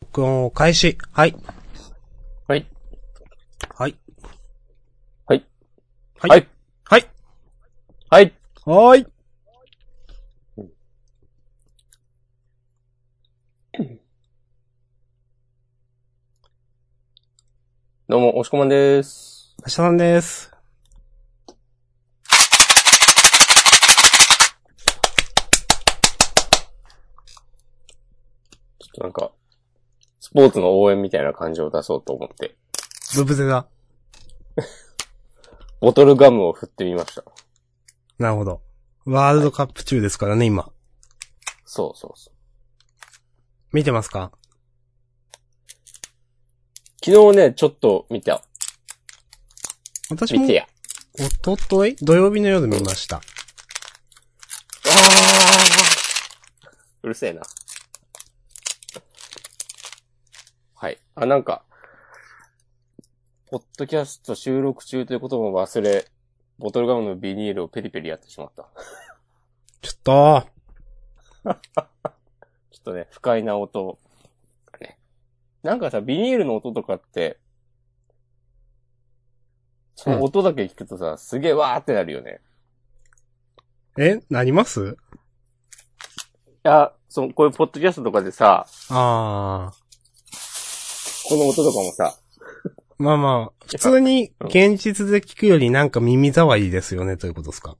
録音を開始。はい。はい。はい。はい。はいははい。い。はい。はーい。どうも、押し込まんです。明日さんです。ちょっとなんか、スポーツの応援みたいな感じを出そうと思って、ブブゼだ。ボトルガムを振ってみました。なるほど。ワールドカップ中ですからね、今。そうそうそう。見てますか昨日ね、ちょっと見た。私見もて、や。おととい土曜日の夜見ました。あーうるせえな。はい。あ、なんか、ポッドキャスト収録中ということも忘れ、ボトルガムのビニールをペリペリやってしまった。ちょっと、ちょっとね、不快な音がね。なんかさ、ビニールの音とかって、その音だけ聞くとさ、すげえわーってなるよね。え、なりますいや、その、こういうポッドキャストとかでさ、あこの音とかもさ、ー。まあまあ、普通に現実で聞くよりなんか耳障りですよね、ということですか。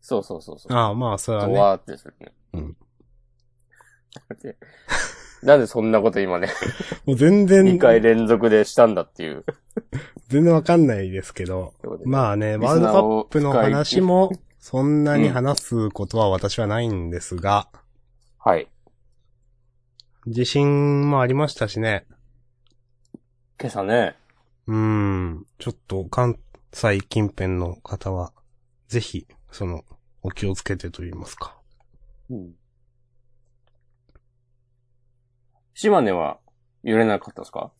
そうそうそうそう。ああ、まあ、それはドね。ワーってするね。うんで。なんでそんなこと 今ね、もう全然2、回連続でしたんだっていう。全然わかんないですけど。まあね、ワールドカップの話も、そんなに話すことは私はないんですが、あ。はい。自信もありましたしね。今朝ね、うーん、ちょっと関西近辺の方は、ぜひ、その、お気をつけてと言いますか。島根は揺れなかったですか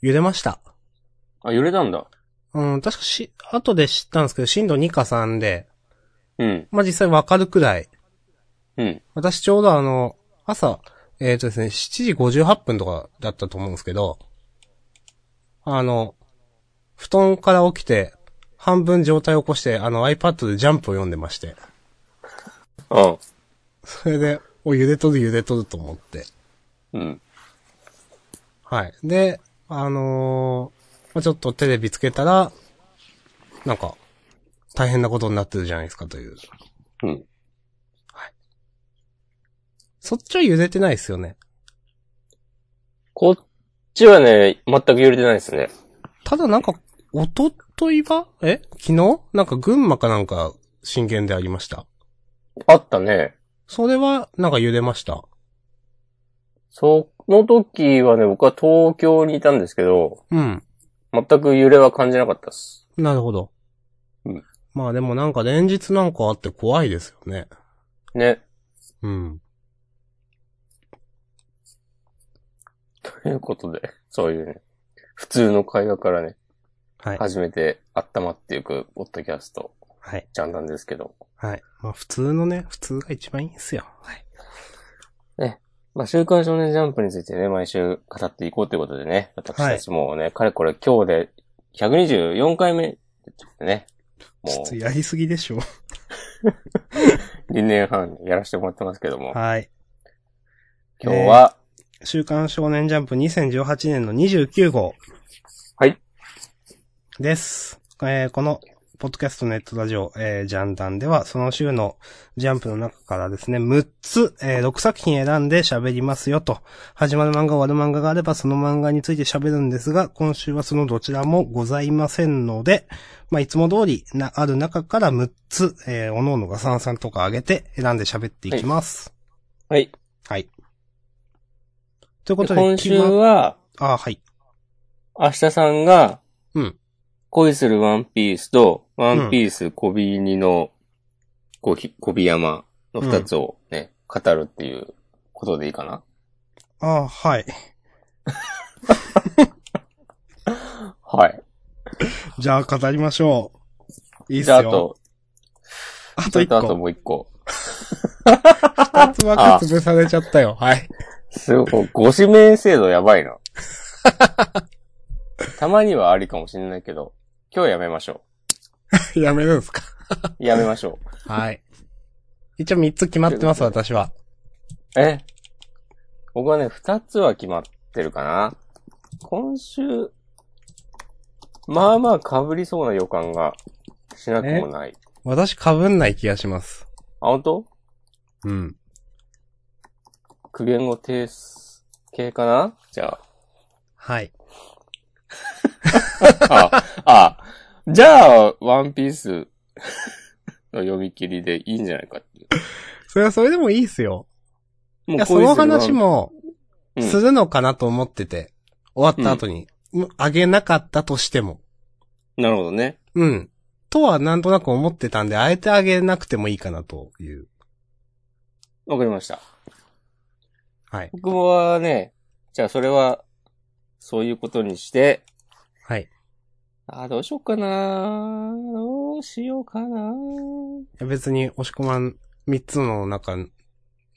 揺れました。あ、揺れたんだ。うん、確かし、後で知ったんですけど、震度2か3で、うん。まあ、実際わかるくらい。うん。私ちょうどあの、朝、えっ、とですね、7時58分とかだったと思うんですけど、あの、布団から起きて、半分状態を起こして、あの iPad でジャンプを読んでまして、うん。それで、お、茹でとる茹でとると思って。うん。はい。で、あのーまあちょっとテレビつけたら、なんか、大変なことになってるじゃないですかという。うん。そっちは茹でてないですよね。こっちはね、全く揺れてないですね。ただなんか、おとといばえ昨日なんか群馬かなんか震源でありました。あったね。それは、なんか揺れました。その時はね、僕は東京にいたんですけど、うん。全く揺れは感じなかったっす。なるほど。うんまあでもなんか連日なんかあって怖いですよね。ね。うん。ということで、そういうね、普通の会話からね、はい。初めて温まっていく、ポッドキャスト、はい。ジャンダンですけど。はい。まあ普通のね、普通が一番いいんすよ。はい。まあ、週刊少年ジャンプについてね、毎週語っていこうということでね、私たちもね、かれこれ今日で124回目ってね、もちょっとうやりすぎでしょ。 2年半やらせてもらってますけども、はい。今日は、週刊少年ジャンプ2018年の29号。はい。です。えーこの、ポッドキャストネットラジオ、えージャンダンでは、その週のジャンプの中からですね、6つ、えー6作品選んで喋りますよと。始まる漫画、終わる漫画があれば、その漫画について喋るんですが、今週はそのどちらもございませんので、まあ、いつも通りな、ある中から6つ、えー、おのおのが3、3とか上げて選んで喋っていきます。はい。はい。ということで、今週決まは、あ、はい。明日さんが、うん恋するワンピースと、ワンピース小ビニの小び小び山の二つをね、語るっていうことでいいかなあ、はい。 はい。じゃあ、語りましょう。いいっすじゃよ。ああ、あと、そとれ一とあと個。もう一個。二つ枠潰されちゃったよ。はい。すごい、ご指名制度やば いな。たまにはありかもしれないけど、今日やめましょやめるんすかう。やめましょはい。一応3つ決まってます、私は。う。え僕はね、二つは決まってるかな。今週、まあまあ被りそうな予感がしなくもない。私被んない気がします。あ、本当うん。苦言語定数系かなじゃはい。あ。あ、あ、じゃあ、ワンピースの読み切りでいいんじゃないかっていう。それはそれでもいいっすよ。もいうや、そ恋のする話も、うんするのかなと思ってて、終わった後に、もうあげなかったとしても。なるほどね。うん。とはなんとなく思ってたんで、あえてあげなくてもいいかなという。わかりました。はい。僕はね、じゃあそれは、そういうことにして、はい。あ、どうしようかなどうしようかないや別に、押し込まん、三つの中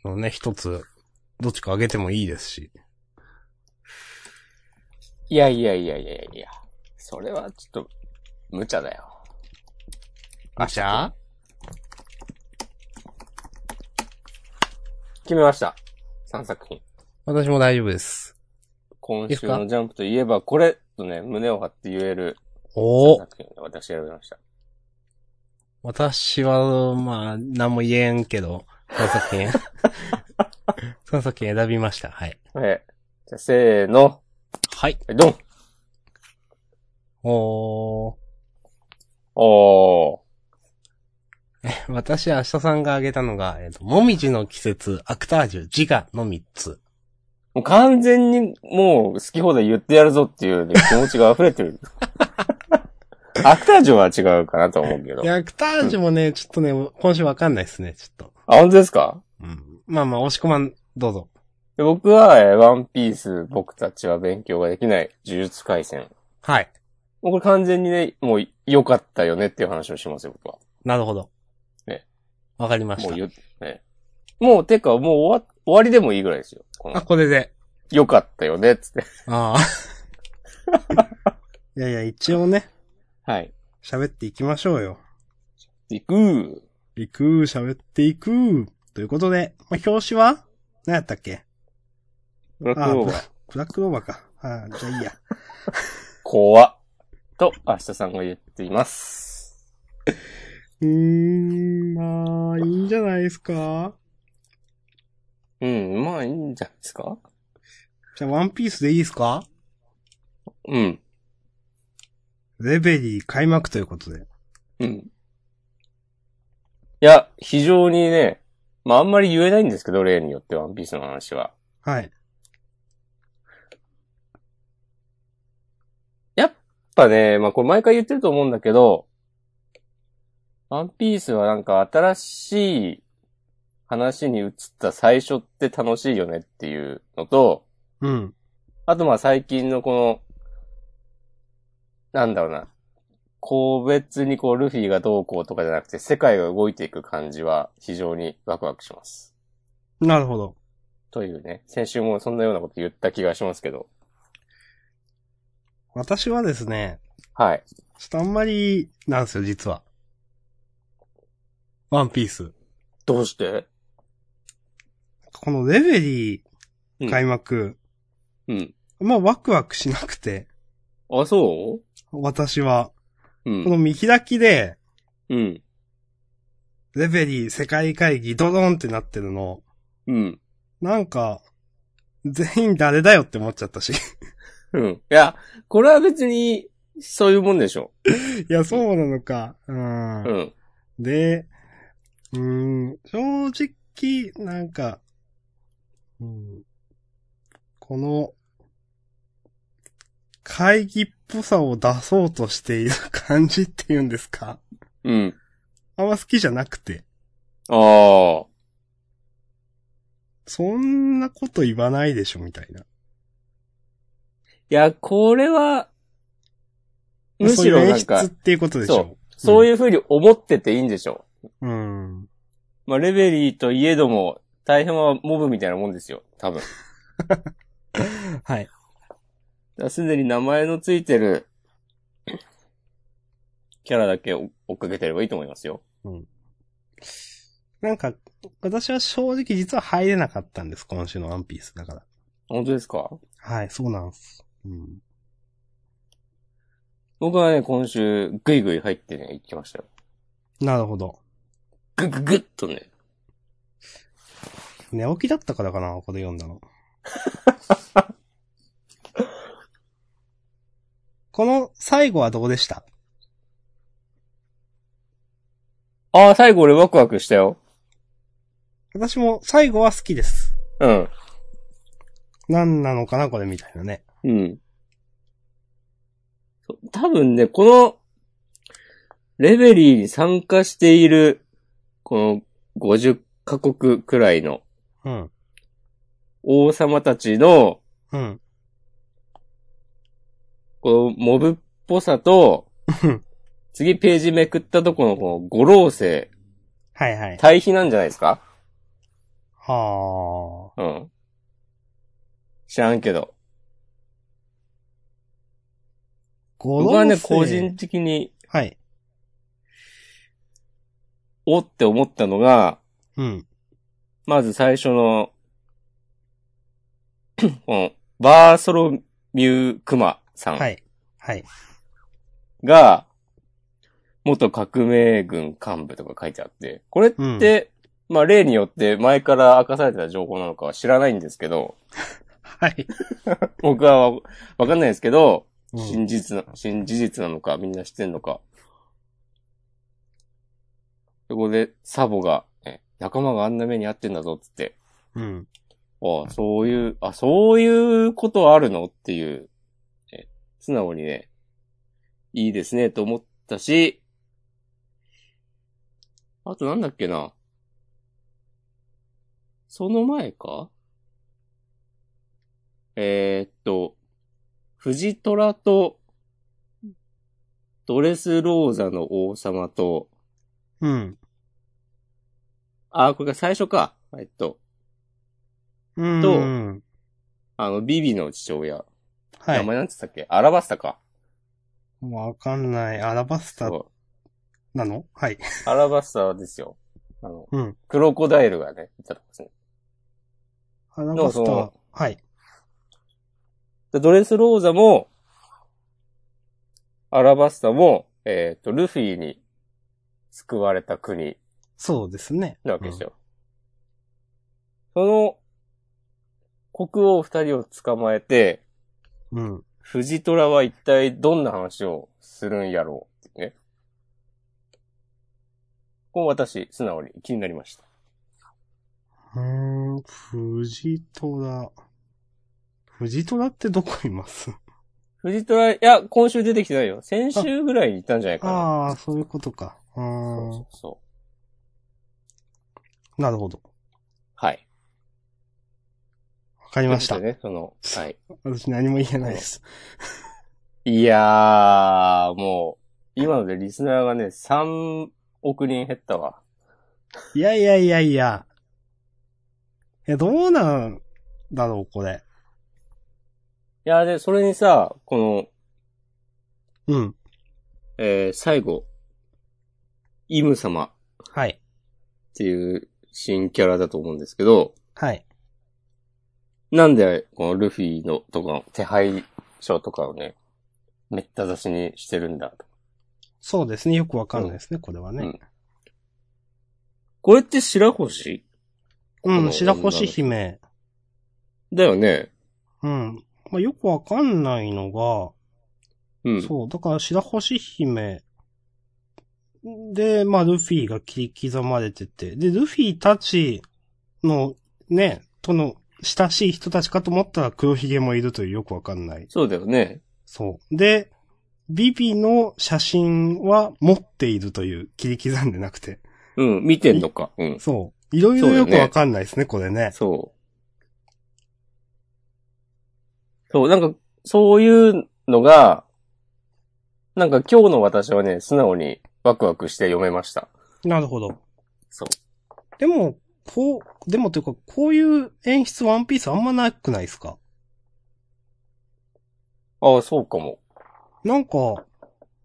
のね、一つ、どっちかあげてもいいですし。いやいやいやいやいやそれはちょっと、無茶だよ。あしゃ決めました。3作品。私も大丈夫です。今です週かのジャンプといえば、これとね、胸を張って言えるおお作品を私選びました。私は、まあ、何も言えんけど、3作 品。3作品選びました。はい。はい。じゃあ、せーの、はい。はいドンおー。おー。私、明日さんが挙げたのが、えっ、と、もみじの季節、アクタージュ、自我の3つ。もう完全にもう好き放題言ってやるぞっ ていうね、気持ちが溢れてる。アクタージュは違うかなと思うけどい。や、アクタージュもね、ちょっとね、今週わかんないですね、ちょっと。あ、本当ですかうん。まあまあ、押し込まん、どうぞ。で僕は、えーワンピース、僕たちは勉強ができない、呪術回戦。はい。もうこれ完全にね、もう良かったよねっていう話をしますよ、僕は。なるほど。ね。わかりましもうた。言っ、ね。もう、てか、もう終わ、終わりでもいいぐらいですよ。こあ、の、これで。良かったよね、つって。ああ。 いやいや、一応ね、はい。喋っていきましょうよ。いくー。いくー、喋っていくー。ということで、まあ、表紙は何やったっけブラッあクーロブーバラー。ブラックローバーか。ああ、じゃあいいや。怖っ。と、明日さんが言っています。うーん、まあ、いいんじゃないですかうん、まあいいんじゃないですかじゃあ、ワンピースでいいですかうん。レベリー開幕ということで。うん。いや、非常にね、まああんまり言えないんですけど、例によってワンピースの話は。はい。やっぱね、まあこれ毎回言ってると思うんだけど、ワンピースはなんか新しい話に移った最初って楽しいよねっていうのと、うん。あとまあ最近のこの、なんだろうな、個別にこうルフィがどうこうとかじゃなくて世界が動いていく感じは非常にワクワクします。なるほど。というね、先週もそんなようなこと言った気がしますけど。私はですね、はい。ちょっとあんまり、なんですよ、実は。ワンピース。どうしてこのレベリうーん開幕、うん。まあ、ワクワクしなくて、あ、そ私は、ううこのん。見開きで、うん。レベリー世界会議ドドンってなってるの、うん。なんか、全員誰だよって思っちゃったし。 うん。いや、これは別に、そういうもんでしょ。いや、そうなのか。うんう。ん。で、うーん、正直、なんか、うん、この、会議っぽさを出そうとしている感じっていうんですかうん。あんま好きじゃなくて。ああ。そんなこと言わないでしょ、みたいな。いや、これは、むしろなんそういう演出かっ、ていうことでしょ。そういうふうに思ってていいんでしょ。うん。まあ、レベリーといえども、大変はモブみたいなもんですよ。多分。はい。だからすでに名前のついてるキャラだけ追追っかけてればいいと思いますよ。なんか、私は正直実は入れなかったんです、今週のワンピースだから。本当ですかはい、そうなんです。うん。僕はね、今週、ぐいぐい入ってね、行きましたよ。なるほど。ぐぐぐっとね。寝起きだったからかな、これ読んだ の。この最後はどうでしたああ、最後俺ワクワクしたよ。私も最後は好きです。うん。何なのかな、これみたいなね。うん。そ多分ね、この、レベリーに参加している、この50カ国くらいのうん。王様たちの、うん。このモブっぽさとうん、次ページめくったとこのこの五老星、はいはい。対比なんじゃないですかはうん。知らんけあ。ど。語僕はね、個人的に、はい。おって思ったのが、うん。まず最初の、 この、バーソロミュークマさはんい。はい。が、元革命軍幹部とか書いてあって、これって、まあ例によって前から明かされてた情報なのかは知らないんですけど、 はい。僕はわわかんないですけど、うん真実な、真事実なのか、みんな知ってんのか。そこで、サボが、ね、仲間があんな目に遭ってんだぞ、つって。うん。ああ、そういう、あ、そういうことあるのっていう、ね素直にね、いいですね、と思ったし、あとなんだっけな。その前かえーっと、藤虎と、ドレスローザの王様と、うん。あ、これが最初か。えっと、うん。とうんあの、ビビの父親。は名い。前なんつったっけアラバスタか。わかんない。アラバスタそうなのはい。アラバスタですよ。あの、うんクロコダイルがね、いたとこですね。アラバスタどうはぞ、はい。でドレスローザも、アラバスタも、えっ、と、ルフィに救われた国そうですね。なわけですよ。その、国王二人を捕まえて、うん。うん。フジトラは一体どんな話をするんやろうってね。こう私、素直に気になりました。うーん、藤虎。藤虎ってどこいますフジトラ、いや、今週出てきてないよ。先週ぐらいに行ったんじゃないかな。ああ、そういうことか。うそうーそんう。そう。なるほど。はい。わかりましたと。いうことでね、私何も言えないです。その、はい。いやー、もう、今のでリスナーがね、3億人減ったわ。いやいやいやいや。え、どうなんだろう、これ。いやー、で、それにさ、この、うん。えー、最後、イム様っはい。ていう新キャラだと思うんですけど、はい。なんで、このルフィのとかの手配書とかをね、めった出しにしてるんだと。そうですね。よくわかんないですね、これはね。これって白星うん、うん白星姫。だよね。うん。まあ、よくわかんないのが、うん。そう、だから白星姫で、まあ、ルフィが切り刻まれてて、で、ルフィたちの、ね、との親しい人たちかと思ったら黒ひげもいるというよくわかんない。そうだよね。そう。で、ビビの写真は持っているという切り刻んでなくて。うん、見てんのか。うん。そう。いろいろそうだよよくねわかんないですね、これね。そう。そう、なんか、そういうのが、なんか今日の私はね、素直にワクワクして読めました。なるほど。そう。でも、こう、でもというか、こういう演出ワンピースあんまなくないですかああ、そうかも。なんか、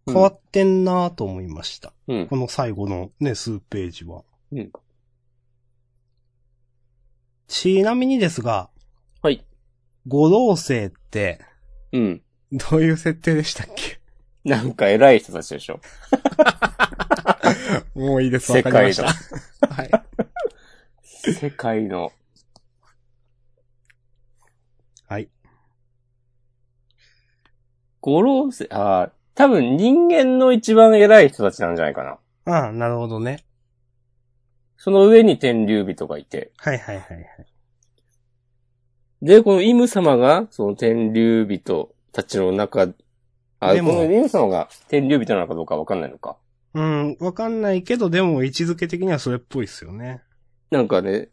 変わってんなぁと思いました。うん。この最後のね、数ページは。うんちなみにですが、はい。五老星って、うん。どういう設定でしたっけ なんか偉い人たちでしょ。もういいです、わ世かりま界しのた。。 はい。世界の。はい。五老星、ああ、多分人間の一番偉い人たちなんじゃないかな。ああ、なるほどね。その上に天竜人がいて。はいはいはいはい。で、このイム様が、その天竜人たちの中、あ、でこものイム様が天竜人なのかどうかわかんないのか。うん、わかんないけど、でも位置づけ的にはそれっぽいっすよね。なんかね、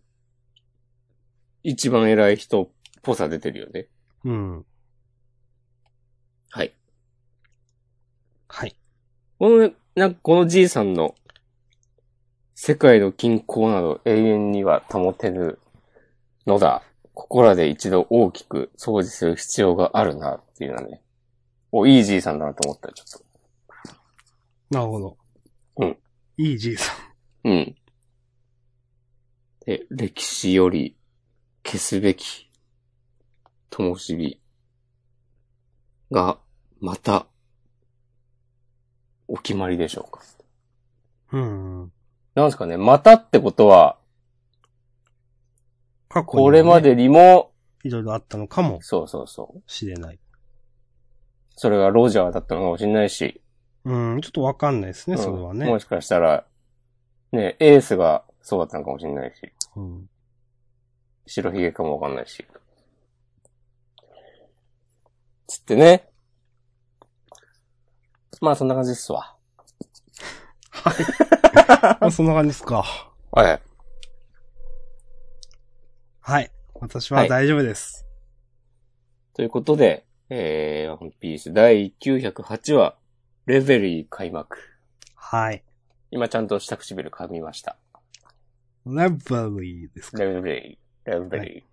一番偉い人っぽさ出てるよね。うん。はい。はい。このね、なんかこのじいさんの、世界の均衡など永遠には保てぬのだ。ここらで一度大きく掃除する必要があるな、っていうのはね。お、いいじいさんだなと思った、ちょっなるほど。うん。いいじいさん。と。うん。で、歴史より消すべき、灯火が、また、お決まりでしょうか。うん。なんですかね、またってことは、過去にもねこれまでにも、いろいろあったのかもそうそうそう。しれない。それがロジャーだったのかもしれないし。うん、ちょっとわかんないですね、うんそれはもね。しかしたら、ね、エースがそうだったのかもしれないし、うん。白ひげかもわかんないし。つってね。まあそんな感じですわ。まあ、そんな感じですか。はい。はい。私ははい大丈夫です。ということで、えー、ワンピース第908話、レベリー開幕。はい。今ちゃんと下唇噛みました。ラブリーですかレベリー、レベリ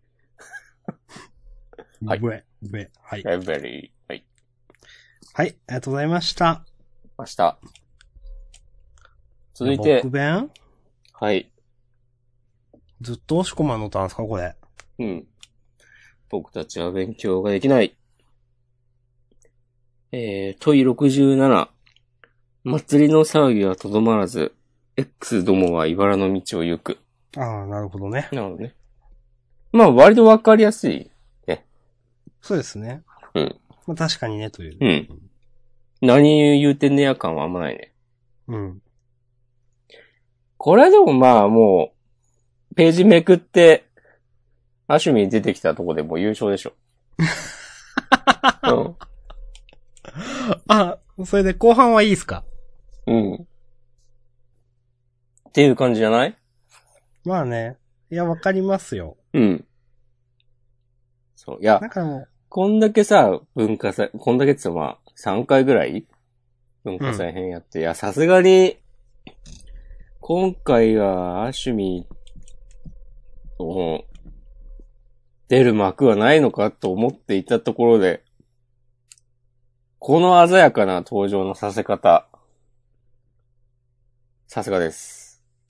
ー。はいブレ、ブレ。はい。ライブラリー。はい。はい。ありがとうございました。明日。続いて僕、弁はい。ずっと押し込まん乗ったんですかこれ。うん。僕たちは勉強ができない。えー、問い67。祭りの騒ぎはとどまらず、X どもは茨の道を行く。ああ、なるほどね。なるほどね。まあ、割とわかりやすい。そうですね。うん。まあ確かにね、という。うん何言うてんねや感はあんまないね。うん。これでもまあ、もう、ページめくって、アシュミに出てきたとこでもう優勝でし ょ。うん。あ、それで後半はいいですかうん。っていう感じじゃないまあね。いや、わかりますよ。うん。そう。いやなん、かもこんだけさ、文化祭、こんだけって言うとまあ、3回ぐらい文化祭編やって、いや、さすがに、今回は、アシュミ、を出る幕はないのかと思っていたところで、この鮮やかな登場のさせ方、さすがです。う、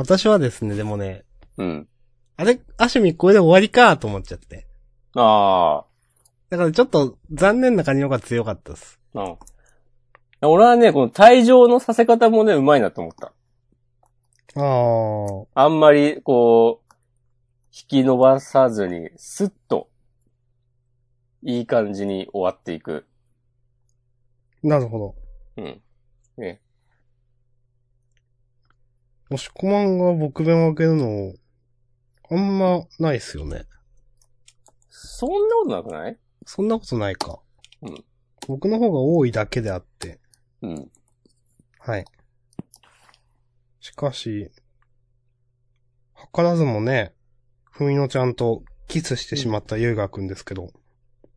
私はですね、でもね、うん。あれ、アシュミこれで終わりかと思っちゃって。あだからちょっと残念な感じの方が強かったです。あ、うん。俺はね、この退場のさせ方もね、うまいなと思った。ああ。あんまり、こう、引き伸ばさずに、スッと、いい感じに終わっていく。なるほど。うん。押し込まんが僕弁を開けるの、あんまないっすよね。そんなことなくないそんなことないか。うん僕の方が多いだけであって。うん。はい。しかし、図らずもね、ふみのちゃんとキスしてしまったゆうがくんですけど、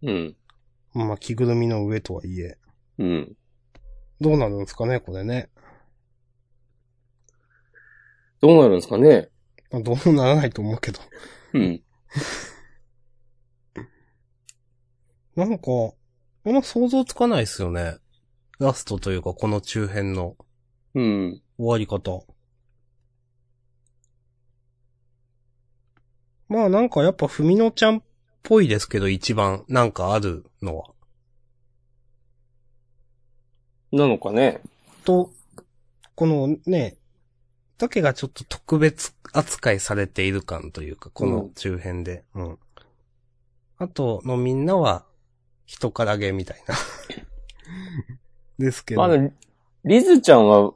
うん。まあ、着ぐるみの上とはいえ、うん。どうなるんですかね、これね。どうなるんですかねまあ、どうもならないと思うけど。うん。なんか、あんま想像つかないですよね。ラストというか、この中編のうん。終わり方。まあなんかやっぱふみのちゃんっぽいですけど、一番なんかあるのは。なのかね。と、このね、だけがちょっと特別扱いされている感というか、こうのん中編で。うん。あとのみんなは、人からげみた いな。ですけど。まあ、でもリズちゃんは、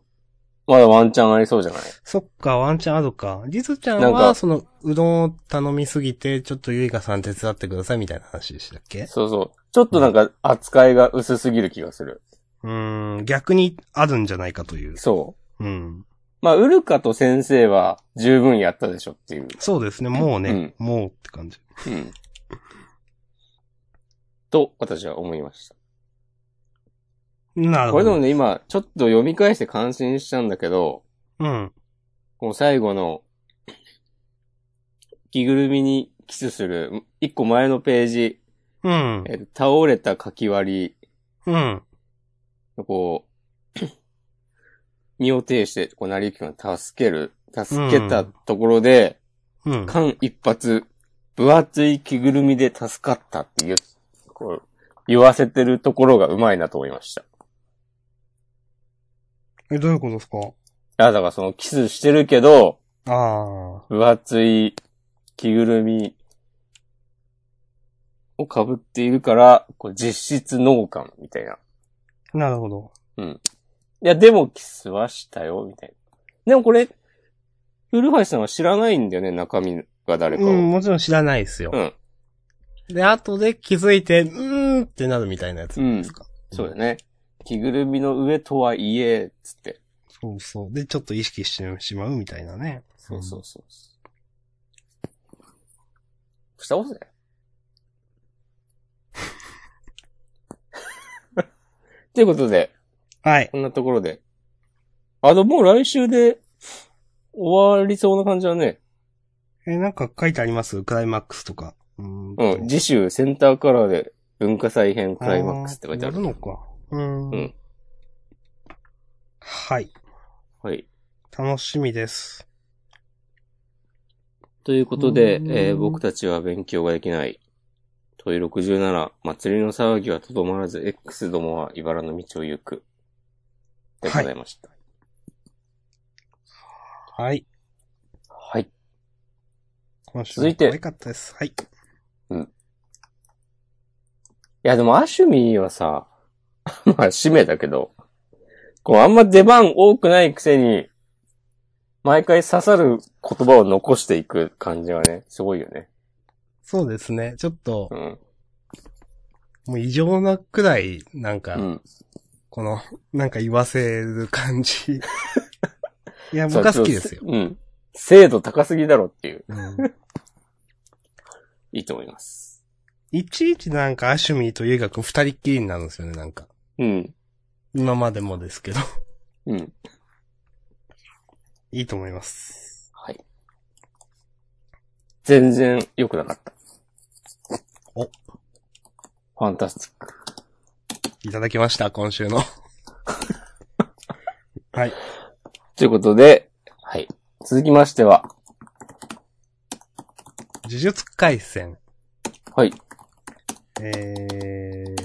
まだワンチャンありそうじゃないそっか、ワンチャンあるか。リズちゃなんんは、かその、うどんを頼みすぎて、ちょっとゆいかさん手伝ってくださいみたいな話でしたっけそうそう。ちょっとなんか扱いが薄すぎる気がする。うーん、逆にあるんじゃないかという。そう。うん。まあ、ウルカと先生は十分やったでしょっていう。そうですね、もうね、もうって感じ。うん。と、私は思いました。なるほこれでど。もね、今、ちょっと読み返して感心したんだけど、うん。この最後の、着ぐるみにキスする、一個前のページ、うん。えっと倒れたかき割うりん。のこう、 身を挺して、こう、成幸君が助ける、助けたところで、うん。間一髪、分厚い着ぐるみで助かったっていう、こう、言わせてるところがうまいなと思いました。え、どういうことですかあ、だからそのキスしてるけど、ああ。分厚い着ぐるみを被っているから、こう実質脳感みたいな。なるほど。いや、でもキスはしたよ、みたいな。でもこれ、古橋さんは知らないんだよね、中身が誰かを。うん、もちろん知らないですよ。うんで、後で気づいて、うーんってなるみたいなやつですか。そうだよね。着ぐるみの上とはいえ、つって。そうそう。で、ちょっと意識してしまうみたいなね。そうそうそうそう。したことない。 ということで、はい。こんなところで。あの、もう来週で終わりそうな感じだね。え、なんか書いてありますクライマックスとか。うーんうん。次週センターカラーで文化祭編クライマックスって書いてある。やるのか。うーん。うんはい。はい。楽しみです。ということでう、んえー僕たちは勉強ができない。問い67、祭りの騒ぎはとどまらず、X どもは茨の道を行く。でございました。はい。はい。今週続いて可愛かったです。はい。いや、でも、アシュミーはさ、 まあ、使命だけど、こう、あんま出番多くないくせに、毎回刺さる言葉を残していく感じはね、すごいよね。そうですね。ちょっとう、ん。もう異常なくらい、なんか、うん。この、なんか言わせる感 じ。いや、僕は好きですよ。うん。精度高すぎだろっていう、うんいいと思います。いちいちなんかアシュミーとユイガくん二人っきりになるんですよね、なんか。うん。今までもですけど。うん。いいと思います。はい。全然良くなかった。おファンタスティック。いただきました、今週の。 はい。ということで、はい。続きましては、呪術回戦。はい。えー、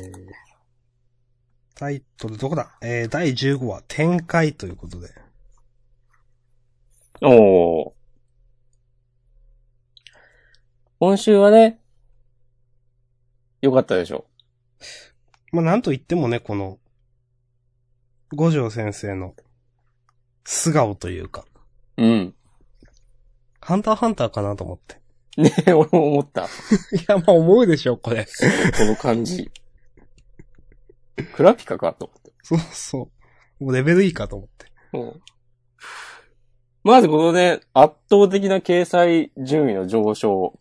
タイトルどこだえー、第15話、展開ということで。おー。今週はね、良かったでしょまあ、なんと言ってもね、この、五条先生の素顔というか、う。うん。ハンターハンターかなと思って。ね 俺も思った。こ いや、まあ、思うでしょ、これ。の感じ。クラピカかと思ってそうそう。もうレベルいいかと思って。。うん。まずこのね、圧倒的な掲載順位の上昇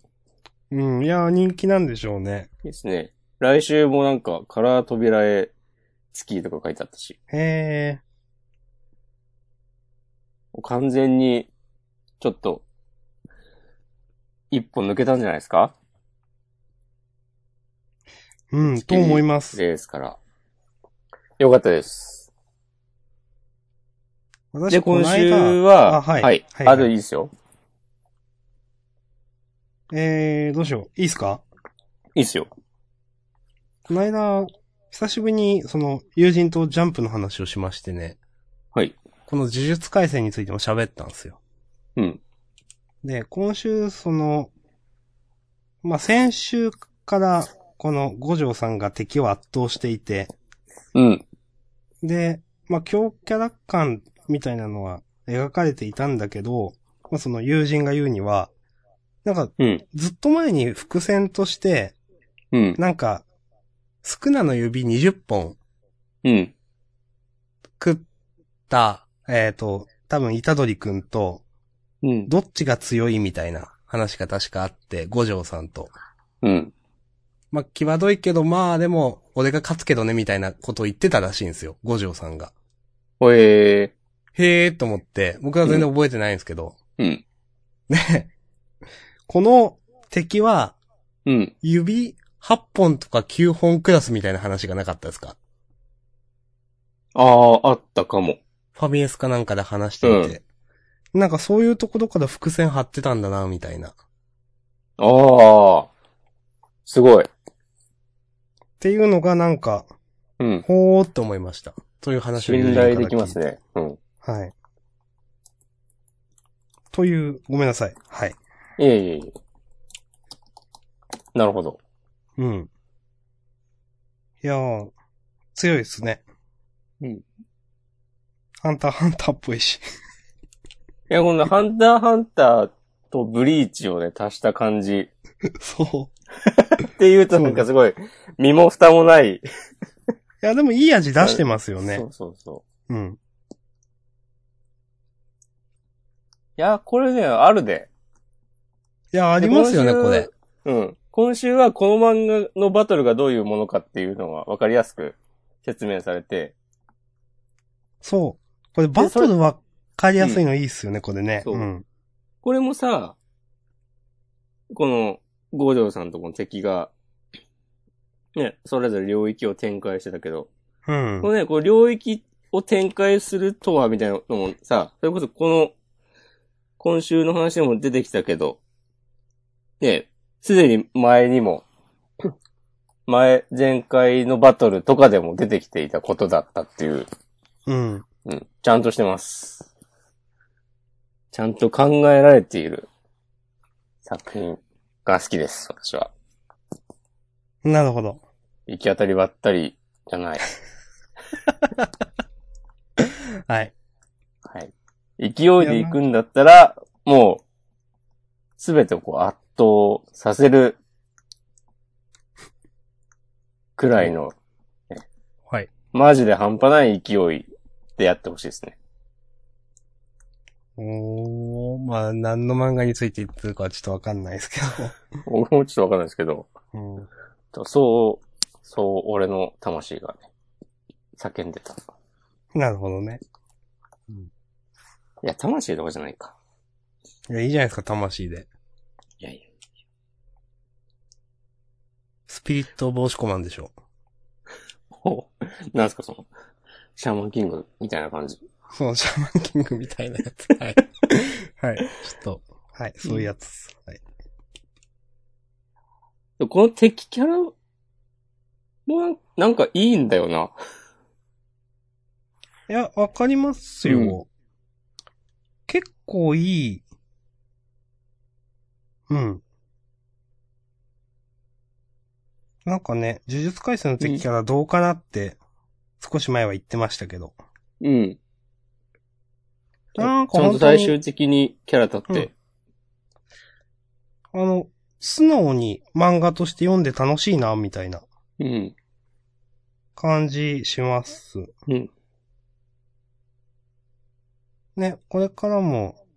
うん、いや、人気なんでしょうね。ですね。来週もなんか、カラー扉へ、スキーとか書いてあったし。へえ。完全に、ちょっと、一本抜けたんじゃないですかうん、と思います。レースから。よかったです。私、で、こ今の週間、は、あはいはい。はいあるいいですよ。えー、どうしよう。いいっすかいいですよ。この間、久しぶりに、その、友人とジャンプの話をしましてね。はい。この呪術改戦についても喋ったんですよ。うん。で、今週、その、まあ、先週から、この五条さんが敵を圧倒していて、うん。で、まあ、強キャラ感みたいなのは描かれていたんだけど、まあ、その友人が言うには、なんか、うん。ずっと前に伏線として、うん。なんか、スクナの指20本うん。食った、えっ、と、多分、虎取くんと、うん。どっちが強いみたいな話が確かあって、五条さんと。うん。まあ、際どいけど、まあ、でも、俺が勝つけどね、みたいなことを言ってたらしいんですよ、五条さんが。ほえへえーと思って、僕は全然覚えてないんですけど、ー。うん。で、この敵は、うん。指8本とか9本クラスみたいな話がなかったですかああ、あったかも。ファミレスかなんかで話していて。なんかそういうところから伏線張ってたんだな、みたいな。っああ。すごい。ていうのがなんか、うん。ほーって思いました。という話を友信人から聞い頼てできます。ね。うん。はい。という、ごめんなさい。はい。いえいえいえ。なるほど。うん。いやー、強いですね。うん。ハンター、ハンターっぽいし。 いや、このハンターハンターとブリーチをね、足した感じ。そう。っていうとなんかすごい、身も蓋もない。いや、でもいい味出してますよねそ。うそうそう。うん。いや、これね、あるで。いや、ありますよね、今週これ。。うん。今週はこの漫画のバトルがどういうものかっていうのが分かりやすく説明されて、そう。これバトルわかりやすいのいいっすよね、これね。そううん。これもさ、この、五条さんとこの敵が、ね、それぞれ領域を展開してたけど、うんこ。のね、こう領域を展開するとは、みたいなのもさ、それこそこの、今週の話でも出てきたけど、ね、すでに前 にも、前、前回のバトルとかでも出てきていたことだったっていう、うん。うん、ちゃんとしてます。ちゃんと考えられている作品が好きです、私は。なるほど。行き当たりばったりじゃない。はい。はい。勢いで行くんだったら、もう、すべてをこう圧倒させるくらいの、はい。マジで半端ない勢いでやってほしいですね。おー、まあ、何の漫画について言ってるかはちょっとわかんないですけ僕もちょっとわかんないですけど、ど。 うん。そう、そう、俺の魂がね、叫んでた。いなるほどね。や、魂とかじゃないか。 いや、いいじゃないですか、魂で。いやいや。スピリット防止コマンでしょ。ほう。なんすか、その、シャーマンキングみたいな感じ。そう、シャーマンキングみたいなやつ。はい。はい。ちょっと、はい、そういうやつっす。はい。でこの敵キャラもなん、なんかいいんだよな。いや、わかりますよ。うん結構いい。うん。なんかね、呪術回戦の敵からどうかなって、少し前は言ってましたけど。うん。なんかちゃん本と当最に、終的にキャラ立って。あの、素直に漫画として読んで楽しいな、みたいなうん。感じします。うん。ね、これからも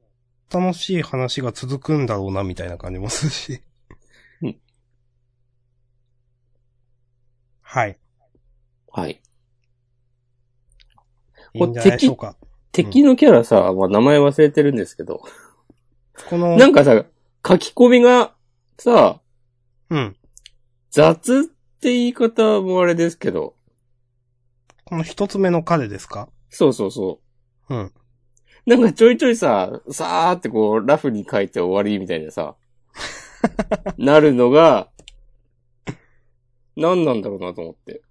楽しい話が続くんだろうな、みたいな感じもするし。うん。はい。はい。いいんじゃないでしょうか。敵のキャラさ、まあ名前忘れてるんですけど、この、なんかさ、書き込みが、さ、うん。雑って言い方もあれですけど、この一つ目の彼ですかそうそうそう。うん。なんかちょいちょいさ、さーってこう、ラフに書いて終わりみたいな さ、なるのが、何なんだろうなと思って。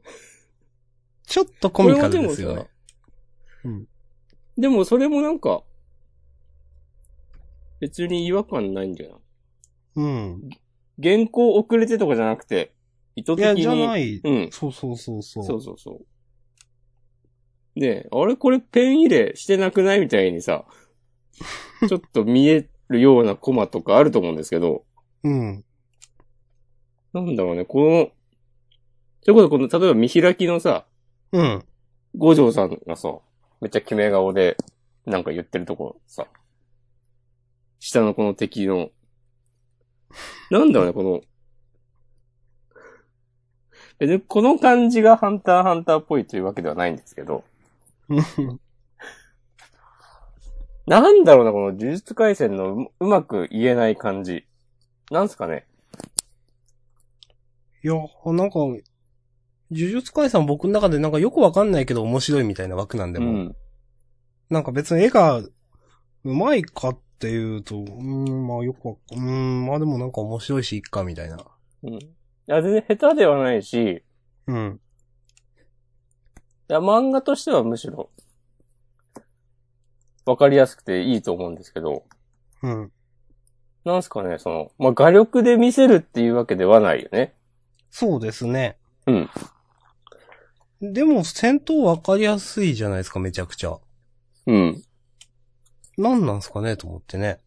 ちょっとコミカルですよこれもねも。さうんでもそれもなんか、別に違和感ないんだようん。な。原稿遅れてとかじゃなくて、意図い的や、に。じゃない。うん。そうそうそうそう。そうそうそう。ねえ、あれこれペン入れしてなくないみたいに さ、ちょっと見えるようなコマとかあると思うんですけど、うん。なんだろうね、この、それこそこの、例えば見開きのさ、うん。五条さんがさ、めっちゃ決め顔で、なんか言ってるとこさ、下のこの敵の、なんだろうね、この、別にこの感じがハンターハンターっぽいというわけではないんです けど、なんだろうな、この呪術回戦のううまく言えない感じ。なんすかねいや、なんか、呪術廻戦は僕の中でなんかよくわかんないけど面白いみたいな枠なんで、うもう、ん。なんか別に絵がうまいかっていうと、うーん、まあよくわ、うーん、まあでもなんか面白いし、いっか、みたいな。うん。いや、全然下手ではないし、うん。いや、漫画としてはむしろ、わかりやすくていいと思うんですけど、うん。なんすかね、その、まあ、画力で見せるっていうわけではないよね。そうですね。うん。でも、戦闘わかりやすいじゃないですか、めちゃくちゃ。うん。なんなんすかね、と思ってね。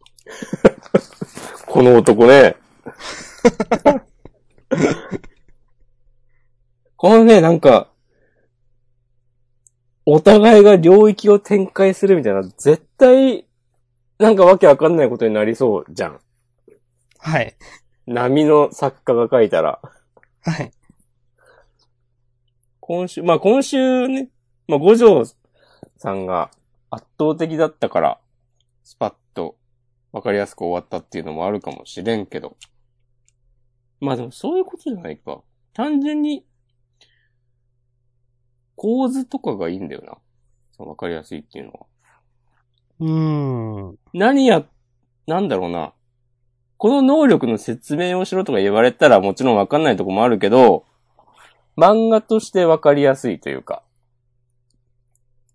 この男ね。 このね、なんか、お互いが領域を展開するみたいな、絶対、なんかわけわかんないことになりそうじゃん。はい。波の作家が書いたら。はい。今週、まあ今週ね、まあ五条さんが圧倒的だったから、スパッとわかりやすく終わったっていうのもあるかもしれんけど。まあでもそういうことじゃないか。単純に、構図とかがいいんだよな。そのわかりやすいっていうのは。うーん。何や、なんだろうな。この能力の説明をしろとか言われたらもちろんわかんないとこもあるけど、漫画としてわかりやすいというか。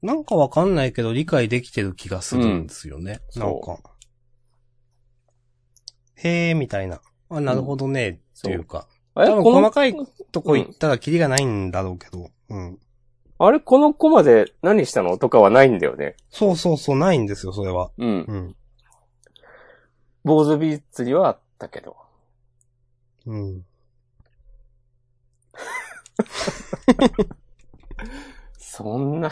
なんかわかんないけど理解できてる気がするんですよね。うんなんか。へーみたいな。あ、なるほどね、っていうか。あれ多分この細かいとこ行ったらキリがないんだろうけど。うん。あれこのコマで何したのとかはないんだよね。そうそうそう、ないんですよ、それは。うん。うん。坊主ビーツにはあったけど。うん。そん な。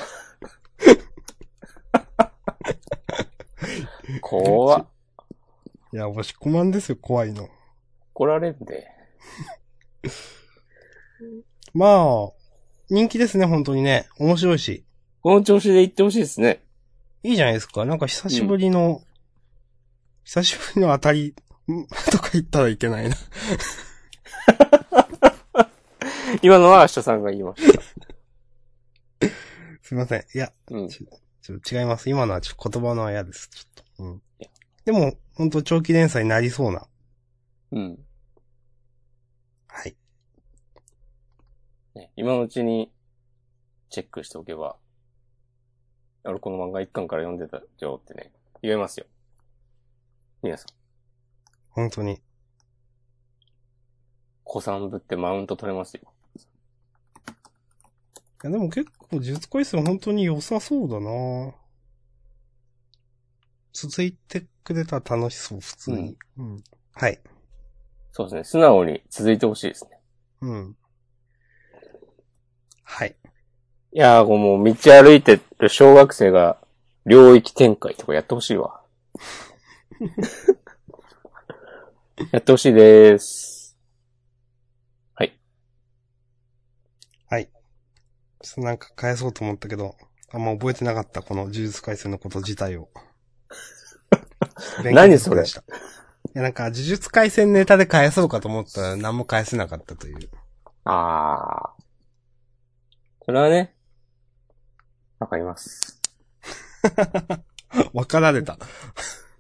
怖っ。いや、押し込まんですよ、怖いの。怒られんで。まあ、人気ですね、本当にね。面白いし。この調子で行ってほしいですね。いいじゃないですか。なんか久しぶりの、久しぶりの当たり、ん とか言ったらいけないな。今のは明日さんが言いました。すいません。いや、うん。ちょっと違います。今のはちょっと言葉のあやです。ちょっと。うんいや。でも、本当長期連載になりそうな。うん。はい。ね、今のうちにチェックしておけば、俺この漫画一巻から読んでたよってね、言えますよ。皆さん、本当に。子さんぶってマウント取れますよ。いや、でも結構、術回戦本当に良さそうだな続いてくれたら楽しそう、普通に。うん。はい。そうですね、素直に続いてほしいですね。うん。はい。いやー、こうもう道歩いてる小学生が領域展開とかやってほしいわ。 やってほしいです。ちょっとなんか返そうと思ったけど、あんま覚えてなかった、 この呪術回戦のこと自体を。何そ勉強不足れでしたや、なんか、呪術回戦ネタで返そうかと思ったら何も返せなかったという。 ああ。それはね、わかります。わかられた。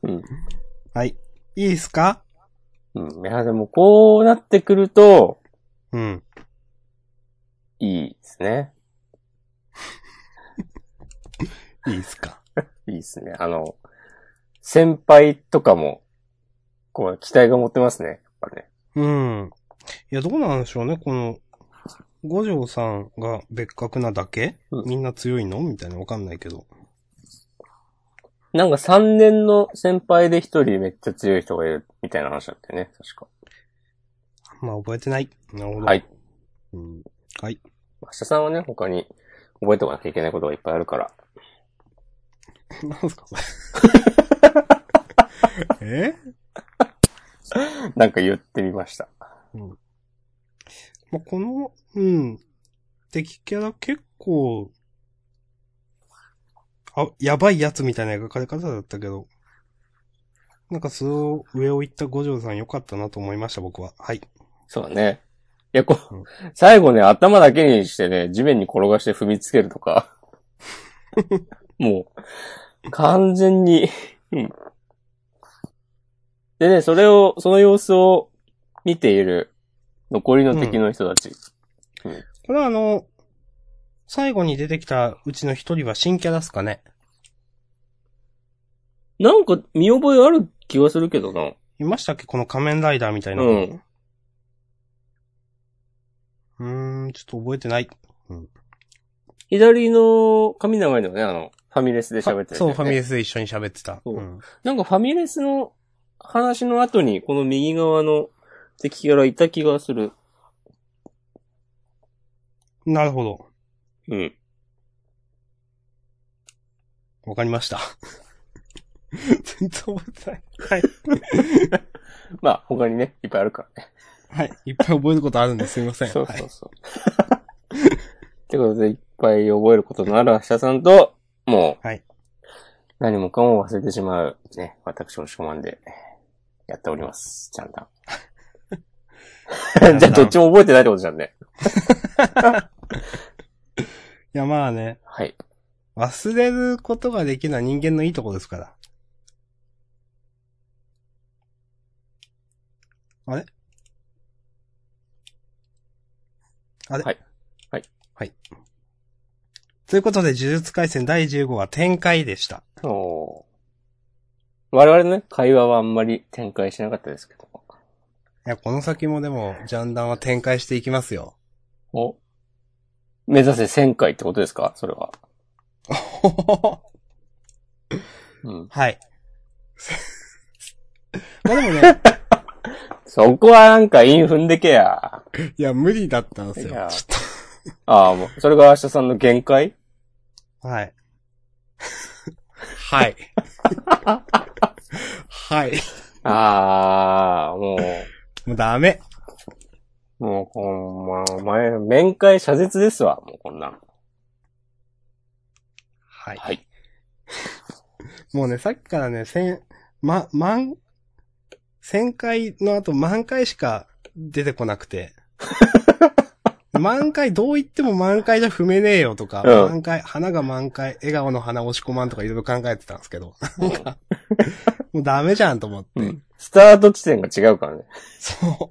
うん。はい。いいですかうん。いや、でもこうなってくると、うん。いいですね。いいですか。いいですね。あの、先輩とかも、こう、期待が持ってますね。やっぱね。うん。いや、どうなんでしょうね、この、五条さんが別格なだけうんみんな強いのみたいなわかんないけど。なんか3年の先輩で一人めっちゃ強い人がいるみたいな話だったよね。確か。まあ、覚えてない。なるほど。はい。うん。明日さんはね、他に覚えておかなきゃいけないことがいっぱいあるから。なんすか、そ れ。えなんか言ってみました。まあ、この、うん、敵キャラ結構、あ、やばいやつみたいな描かれ方だったけど、なんかそれを上を行った五条さん良かったなと思いました、僕は。はい。そうだね。いや、こうんう、最後ね、頭だけにしてね、地面に転がして踏みつけるとか。もう、完全に、うん。でね、それを、その様子を見ている残りの敵の人たち。これはあの、最後に出てきたうちの一人は新キャラっすかね。なんか見覚えある気はするけどな。いましたっけこの仮面ライダーみたいな。う。うんーん、ちょっと覚えてない。左の髪長いのね、あの、ファミレスで喋ってる人そう、ね、ファミレスで一緒に喋ってた。そうんなんかファミレスの話の後に、この右側の敵キャラいた気がする。なるほど。うん。わかりました。 全然覚えてない。はい。まあ、他にね、いっぱいあるからね。はい。いっぱい覚えることあるんですいません。そうはいそうそう。ってことで、いっぱい覚えることのある明日さんと、もう、はい何もかも忘れてしまう、ね、私、押し込まんで、やっております。ちゃん だ じゃあ、どっちも覚えてないってことじゃんね。いや、まあね、はい。忘れることができるのは人間のいいとこですから。あれあれはい。はい。はい。ということで、呪術回戦第15話展開でした。おー我々のね、会話はあんまり展開しなかったですけど。いや、この先もでも、ジャンダンは展開していきますよ。お目指せ1000回ってことですかそれは。うん。 はい。 まあでもね、そこはなんかイン踏んでけや。いや、無理だったんですよ。いちょやっああ、もう、それが明日さんの限界と。はい。 はい。はい。ああ、ももうダメ。う、もう、こんま、前、面会謝絶ですわ、もうこんなん。はい。はい。 もうね、さっきからね、千、ま、万、千回の後万回しか出てこなく て。満開、どう言っても満開じゃ踏めねえよとか、うん満開、花が満開、笑顔の花押し込まんとかいろいろ考えてたんですけど、 もうダメじゃんと思って。うんスタート地点が違うからね。そ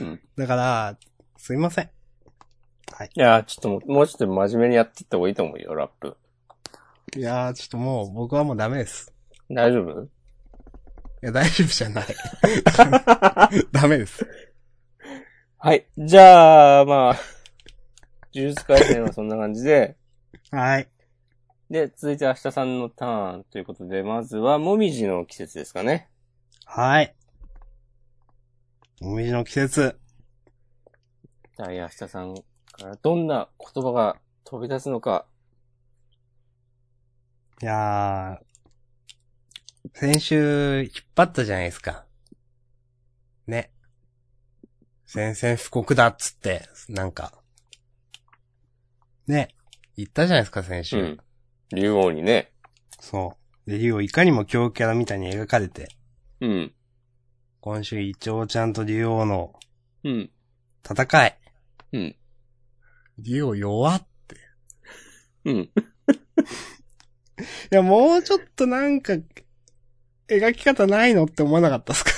ううん。だから、すいません。いやー、ちょっともう、もうちょっと真面目にやってった方がいいと思うよ、ラップ。いやー、ちょっともう、僕はもうダメです。大丈夫いや、大丈夫じ ゃない。ダメです。はい。じゃあ、まあ、 呪術回戦はそんな感じで、はい。で、続いて明日さんのターンということで、まずは、もみじの季節ですかね。はい。おみじの季節。じゃあ、明日さんからどんな言葉が飛び出すのか。いやー、先週、引っ張ったじゃないですか。ね。宣戦布告だっつって、なんか。ね。言ったじゃないですか、先週。。竜王にね。そう。で、竜をいかにも強キャラみたいに描かれて。うん。今週、イチョウちゃんと竜王のうん。戦い。うん。竜王弱っ。うん。いや、もうちょっとなんか、描き方ないのって思わなかったっ すか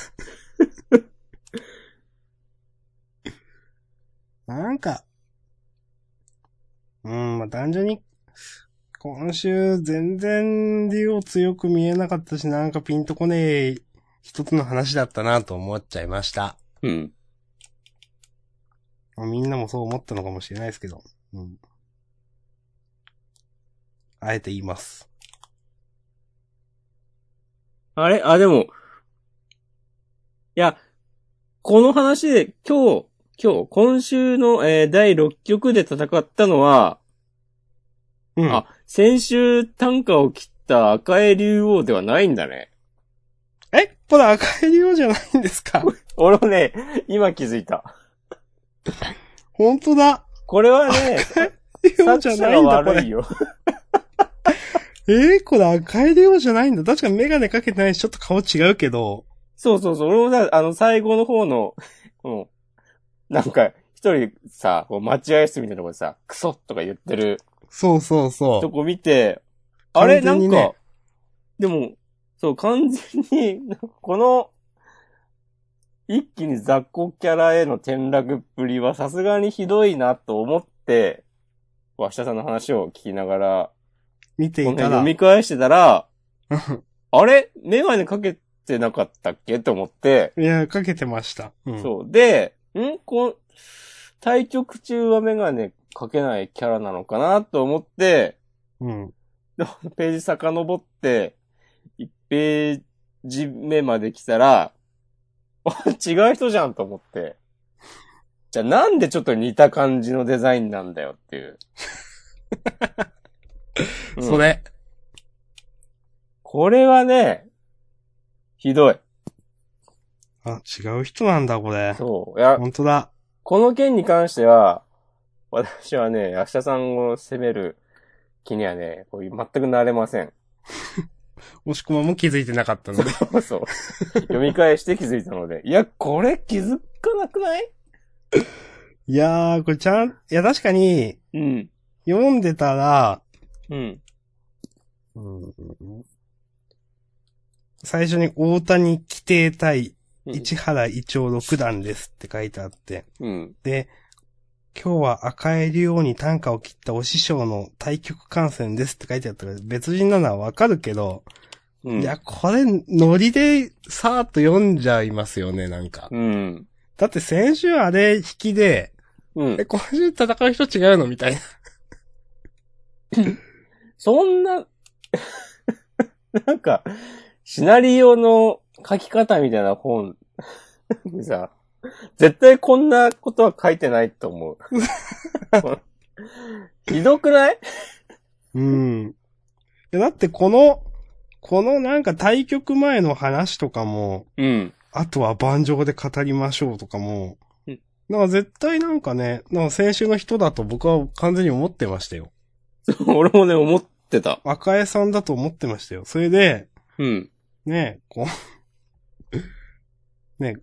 なんか、うん、まあ、単純に、今週全然竜を強く見えなかったし、なんかピンとこねえ一つの話だったなと思っちゃいました。うん。まあみんなもそう思ったのかもしれないですけど。うん。あえて言います。あれあ、でも、いや、この話で今日、今日、今週の、えー第6局で戦ったのは、 うん。あ、先週短歌を切った赤江竜王ではないんだね。えこれ赤い竜王じゃないんです か俺もね、今気づいた。本当だ。これはね、竜王作じゃ者ながいんだ、こ悪いれ。よ。えー、これ赤い竜王じゃないんだ。確かにメガネかけてないし、ちょっと顔違うけど。そうそうそう。俺もさ、あの、最後の方の、この、なんか、一人さ、こう待合室みたいなとこでさ、クソッとか言ってるそうそうそとう。こ見て、あれ、な完全にんねか、でも、そう、完全に、なん かこの、一気に雑魚キャラへの転落っぷりはさすがにひどいなと思って、こう明日さんの話を聞きながら、見てこんいたなら読。み返してたら、いあれメガネかけてなかったっけと思って、 や、かけてました。うん。そう。で、んこ対局中はメガネかけないキャラなのかなと思って、うん。でページ遡って、1ページ目まで来たら、あ違う人じゃんと思って。じゃあなんでちょっと似た感じのデザインなんだよっていう。う んそれ。これはね、ひどい。あ、違う人なんだ、これ。そう。いや、本当だ。この件に関しては、私はね、明日さんを責める気にはね、こう全くなれません。 押し込まも気づいてなかったので。そう。読み返して気づいたので。いや、これ気づかなくないいやー、これちゃん、いや、確かに、うん。読んでたら、うん。最初に大谷規定対うん市原一丁六段ですって書いてあって。うん。で、今日は赤江竜王に短歌を切ったお師匠の対局観戦ですって書いてあったから、別人なのはわかるけど、うんいや、これ、ノリで、さーっと読んじゃいますよね、なんか。うん。だって先週あれ引きで、うんえ、。今週戦う人違うのみたいな。そんな、 なんか、シナリオの書き方みたいな本にさ、絶対こんなことは書いてないと 思う。ひどくないうん。いやだってこの、このなんか対局前の話とかも、うん。あとは盤上で語りましょうとかもうん、なんか絶対なんかね、なんか先週の人だと僕は完全に思ってましたよ。俺もね、思ってた。赤江さんだと思ってましたよ。それで、うん。ね、こう、 ね、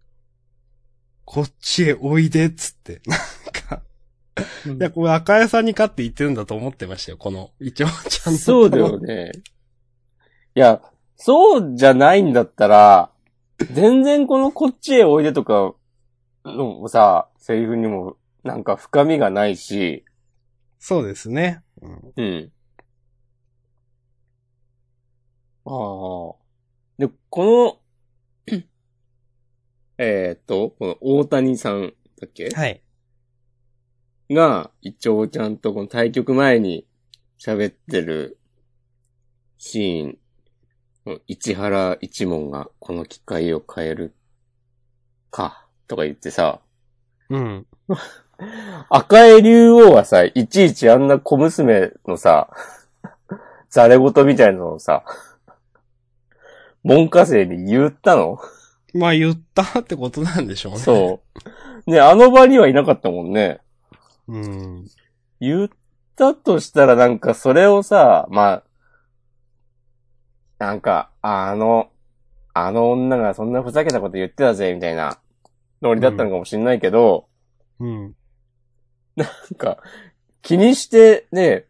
こっちへおいでっつって、なんか、いや、これ赤江さんに勝って言ってるんだと思ってましたよ。この、一応ちゃんと。そうだよ。ね。いや、そうじゃないんだったら、全然このこっちへおいでとかのさ、セリフにもなんか深みがないし、そうですね。うんうん。ああ。で、この、 えーっと、この大谷さんだっけはい。が、一応ちゃんとこの対局前に喋ってるシーン、この市原一門がこの機会を変えるか、とか言ってさ、うん。赤江竜王はさ、いちいちあんな小娘のさ、ざれ言みたいなのをさ、文科生に言ったのまあ言ったってことなんでしょうね。そう。ね、あの場にはいなかったもんね。う。うん。言ったとしたらなんかそれをさ、まあ、なんか、あの、あの女がそんなふざけたこと言ってたぜ、みたいなノリだったのかもしんないけど、うん。なんか、気にしてね、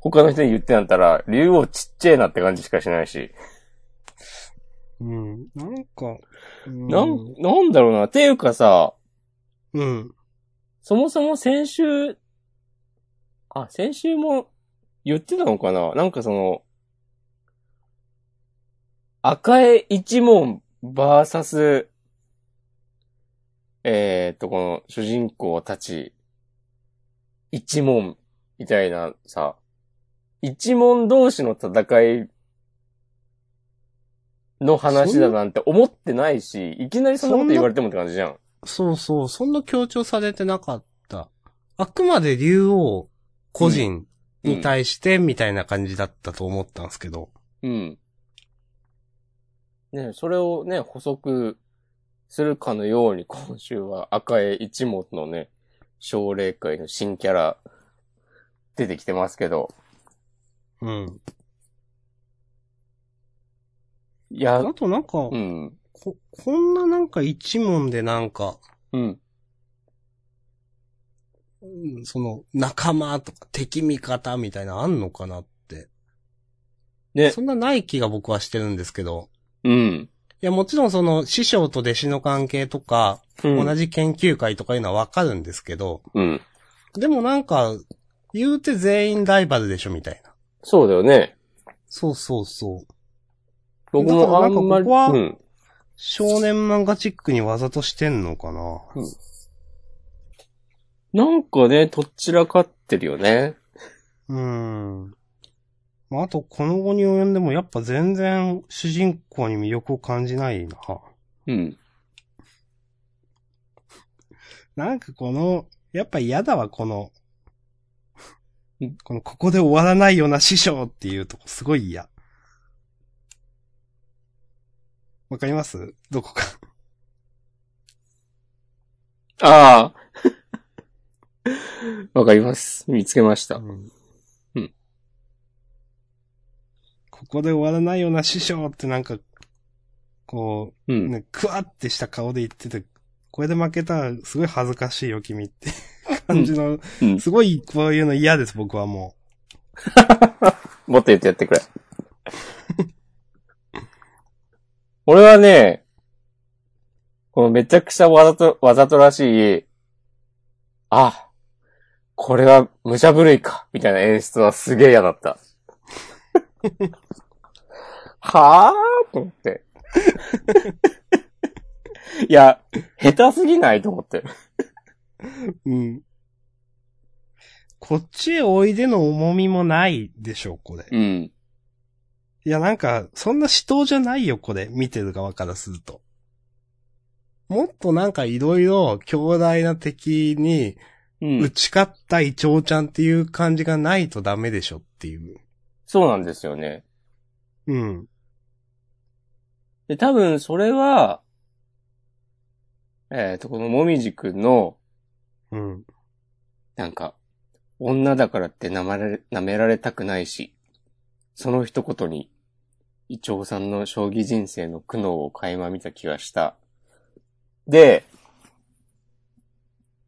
他の人に言ってなったら、竜王ちっちゃいなって感じしかしないし。うん。なんか、うんなん、なんだろうな。っていうかさ、うん。そもそも先週、あ、先週も言ってたのかななんかその、赤江一門バーサス、えーっと、この主人公たち、一門みたいなさ、一門同士の戦いの話だなんて思ってないし、いきなりそんなこと言われてもって感じじゃん。そうそう、そんな強調されてなかった。あくまで竜王個人に対してみたいな感じだったと思ったんですけど。うん。ねそれをね、補足するかのように今週は赤江一門のね、奨励会の新キャラ出てきてますけど。うん。いや、あとなんか、うん。こ、こんななんか一問でなんか、うん。うんその、仲間とか敵味方みたいなのあんのかなって。ね、そんなない気が僕はしてるんですけど。うん。いや、もちろんその、師匠と弟子の関係とか、同じ。じ研究会とかいうのはわかるんですけど、うん。でもなんか、言うて全員ライバルでしょみたいな。そうだよね。そうそうそう。僕だからもあなんんかまり、ここはうん。少年漫画チックにわざとしてんのかななんかね、とっちらかってるよね。うーん。まあ、あと、この後に及んでもやっぱ全然主人公に魅力を感じないな。うん。なんかこの、やっぱ嫌だわ、このうん、この、ここで終わらないような師匠っていうとこすごい嫌。わかりますどこか。ああ。 わかります。見つけました。うんここで終わらないような師匠ってなんか、こうう、ん。ね、くわってした顔で言ってて、これで負けたらすごい恥ずかしいよ、君って感じの、うん。すごいこういうの嫌です、僕はももっと言ってやってくれ。 俺はね、このめちゃくちゃわざと、わざとらしい、あ、これは武者震いか、みたいな演出はすげえ嫌だ った。はぁと思って。いや、下手すぎないと思って。う。うん。こっちへおいでの重みもないでしょ、これ。うん。いや、なんか、そんな死闘じゃないよ、これ。見てる側からすると。もっとなんかいろいろ強大な敵にうん打。ち勝ったイチョウちゃんっていう感じがないとダメでしょっていう。そうなんですよね。うん。で、多分それは、えっ、と、このもみじくんの、うん。なんか、女だからって舐められ、舐められたくないし、その一言に、イチョウさんの将棋人生の苦悩を垣間見た気がした。で、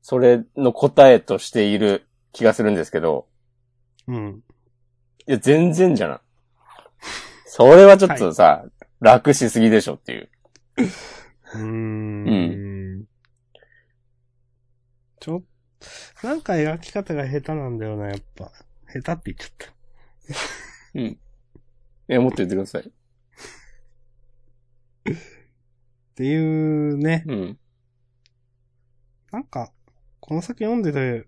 それの答えとしている気がするんですけど、うん。いや、全然じゃない。それはちょっとさ、楽しすぎでしょっていう。うーん。ちょ、なんか描き方が下手なんだよな、やっぱ。下手って言っちゃっうん。え、もっと言ってください。た。っていうね。うん。なんか、この先読んでて、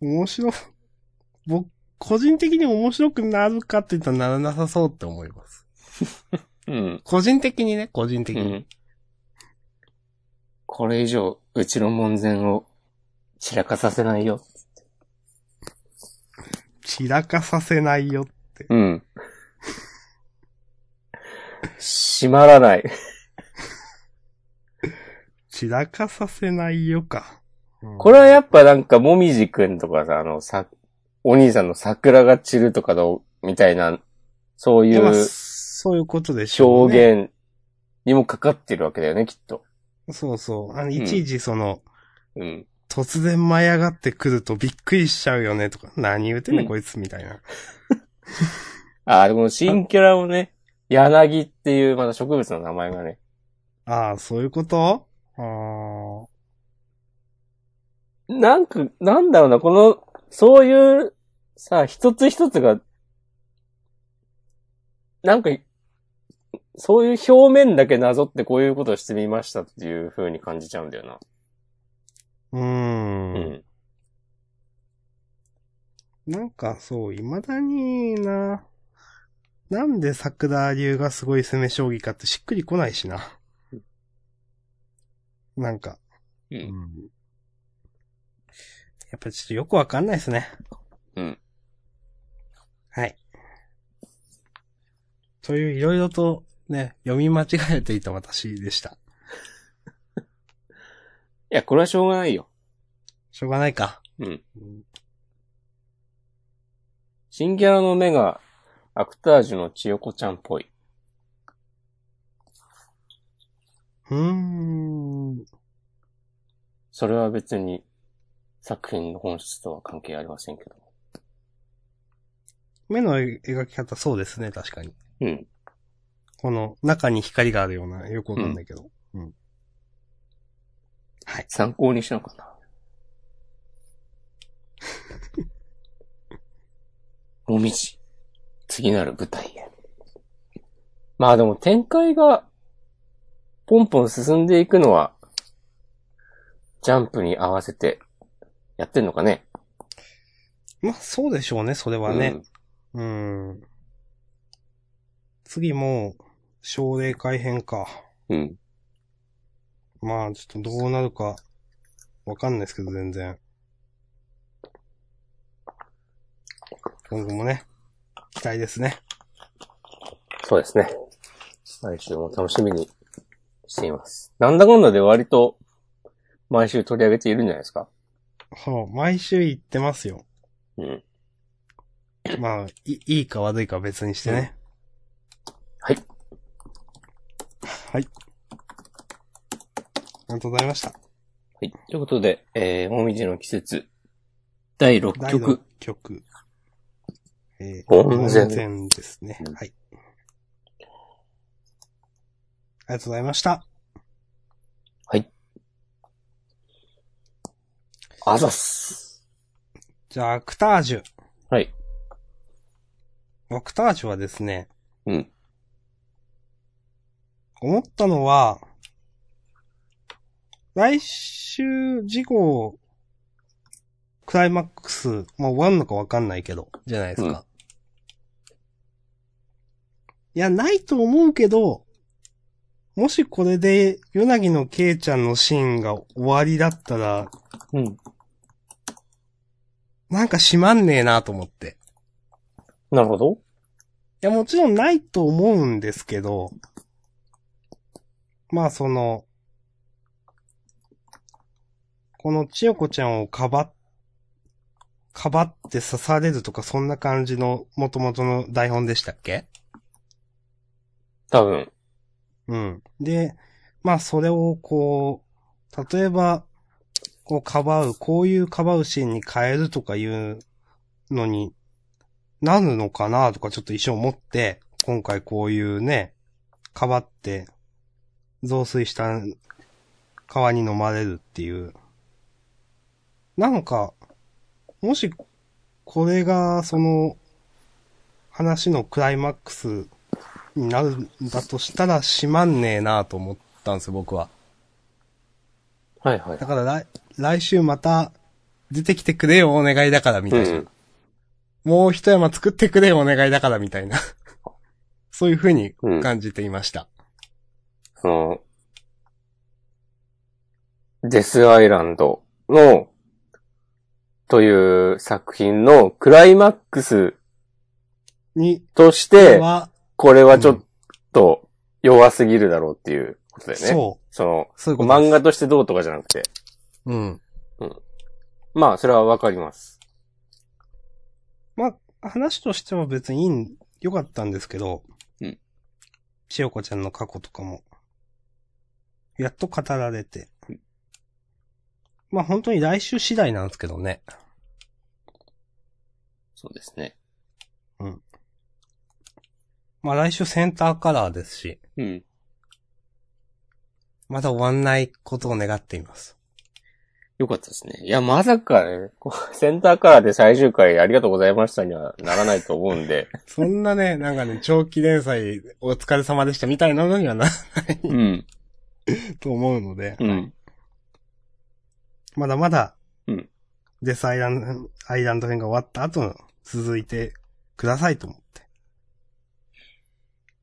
面白、 僕、個人的に面白くなるかって言ったらならなさそうって思います。うん。個人的にね、個人的うに。ん。これ以上、うちの門前を散らかさせないよ。散らかさせないよ。うん。閉まらない。散らかさせないよか。うんこれはやっぱなんか、もみじくんとかさ、あの、さ、お兄さんの桜が散るとかどう、みたいな、そういいやまあう、そういうことでしょう、ね。表現にもかかってるわけだよね、きっと。そうそう。あの、いちいちその、うん。突然舞い上がってくるとびっくりしちゃうよねとか、何言うてんね、うんん、こいつみたいな。あ、でもこの新キャラをね、柳っていうまた植物の名前がね、ああ、そういうことああ。なんか、なんだろうな、この、そういう、さ、一つ一つが、なんか、そういう表面だけなぞってこういうことをしてみましたっていう風に感じちゃうんだよな。うーん,、うん。なんかそう、未だにな。なんで桜流がすごい攻め将棋かってしっくりこないしな。なんか。うう。んんやっぱちょっとよくわかんないですね。うん。はい。といういろいろとね、読み間違えていた私でした。いや、これはしょうがないよ。しょうがないか。うん。うん新キャラの目が、アクタージュの千代子ちゃんっぽい。うーん。それは別に、作品の本質とは関係ありませんけど。目の描き方そうですね、確かに。うん。この中に光があるような、よくわかんないけど。参考にしなかった。もみじ。次なる舞台へ。まあでも展開が、ポンポン進んでいくのは、ジャンプに合わせて、やってんのかね。まあ、そうでしょうね、それはね。うん。次もう、奨励会編か。うん。うん。まあ、ちょっとどうなるか、わかんないですけど、全然。今後もね、期待ですね。そうですね。来週も楽しみにしています。なんだかんだで割と、毎週取り上げているんじゃないですか。そう、毎週言ってますよ。うん。まあ、いいいか悪いかは別にしてね。はい。はい。ありがとうございました。はい。ということで、えー、もみじの季節、第6第六曲。曲。えー、温泉ですねうん。はい。ありがとうございました。あざっす。じゃあ、アクタージュ。はい。アクタージュはですね、うん。思ったのは、来週、事後、クライマックス、まあ終わるのかわかんないけど、じゃないですか。うんいや、ないと思うけど、もしこれで、ヨナギのケイちゃんのシーンが終わりだったら、うん。なんか閉まんねえなと思って。なるほど。いや、もちろんないと思うんですけど、まあその、この千代子ちゃんをかばっ、かばって刺されるとかそんな感じの元々の台本でしたっけ多分。うん。で、まあそれをこう、例えば、こうかばう、こういうかばうシーンに変えるとかいうのになるのかなとかちょっと一瞬思って、今回こういうね、かばって増水した川に飲まれるっていう。なんか、もし、これが、その、話のクライマックスになるんだとしたら、しまんねえなと思ったんですよ、僕は。はいはいだ。から来、来週また、出てきてくれよ、お願いだから、みうたいな。ん。もう一山作ってくれよ、お願いだから、みたいな。 そういう風にうん。感じていました。その、デスアイランドの、という作品のクライマックスに、としこれて、は、これはちょっと弱すぎるだろうっていうことだよね。そう。その、そういうことです漫画としてどうとかじゃなくて。うん。まあ、それはわかります。まあ、話としては別にいいん良かったんですけど、うんしおこちゃんの過去とかも、やっと語られて。まあ本当に来週次第なんですけどね。そうですね。まあ来週センターカラーですし、うん。まだ終わんないことを願っています。よかったですね。いや、まさかね、こう センターカラーで最終回ありがとうございましたにはならないと思うんで。 そんなね、なんかね、長期連載お疲れ様でしたみたいなのにはな、 うん。と思うので、うん。まだまだ、うんデスアイランド、アイランド編が終わった後の続いてくださいと思って。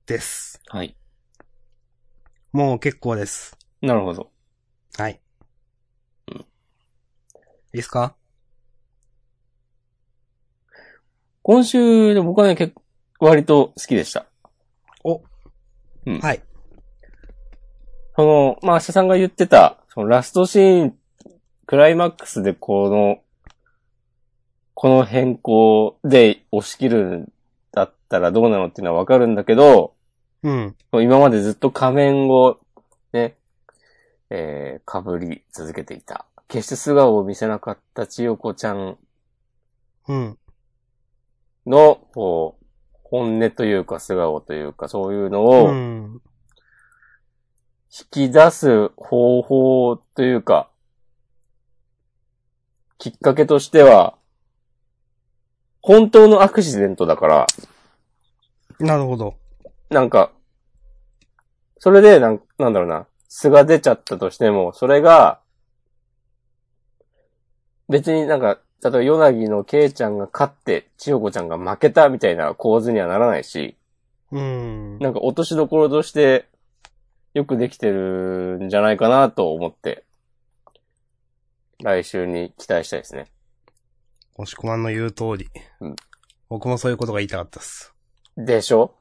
です。はい。もう結構です。なるほど。はい。うんいいっすか今週で僕はね、結構、割と好きでした。お。うんはい。その、まあ、明日さんが言ってた、そのラストシーン、クライマックスでこの、この変更で押し切るんだったらどうなのっていうのはわかるんだけど、うん。今までずっと仮面をね、えー、被り続けていた。決して素顔を見せなかった千代子ちゃんうん。の、こう、本音というか素顔というか、そういうのを、うん。引き出す方法というか、きっかけとしては、本当のアクシデントだから、なるほど。なんか、それでなん、なんだろうな、素が出ちゃったとしても、それが、別になんか、例えば、ヨナギのケイちゃんが勝って、千代子ちゃんが負けたみたいな構図にはならないし、うん。なんか落としどころとして、よくできてるんじゃないかなと思って、来週に期待したいですね。押し込まんの言う通り。うん僕もそういうことが言いたかったっす。でしょ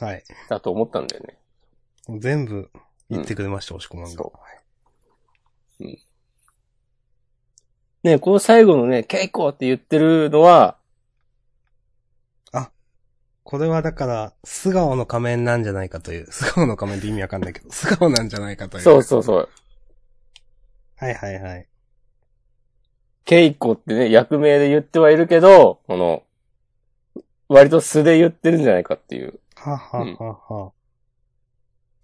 はい。だと思ったんだよね。もう全部言ってくれました、押し込まんが。そうん。ねこの最後のね、稽古って言ってるのは、これはだから、素顔の仮面なんじゃないかという。 素顔の仮面って意味わかんないけど、素顔なんじゃないかという。そうそうそう。はいはいはい。稽古ってね、役名で言ってはいるけど、この、割と素で言ってるんじゃないかっていう。はははは、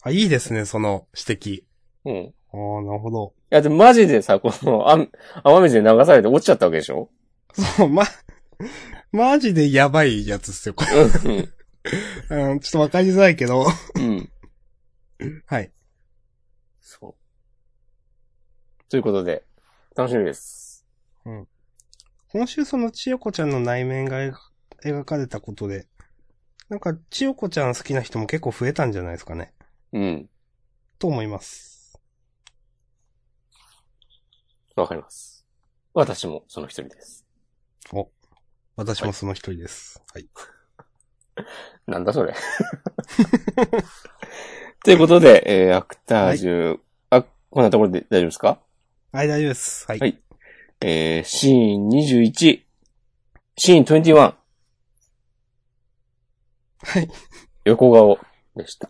あ、いいですね、その指摘。うん。いああ、なるほど。 や、でもマジでさ、この、あん雨水で流されて落ちちゃったわけでしょそう、ま、マジでやばいやつっすよ、これ。うん。うん、ちょっとわかりづらいけど。 うん。はい。そう。ということで、楽しみです。今週その千代子ちゃんの内面が描描かれたことで、なんか千代子ちゃん好きな人も結構増えたんじゃないですかね。うん。と思います。わかります。私もその一人です。私もその一人です。はい。なんだそれ。ということで、えー、アクタージュ、あ、こんなところで大丈夫ですかはい、大丈夫です。はい。はいえー、シーン21、シーン21。はい。横顔でした。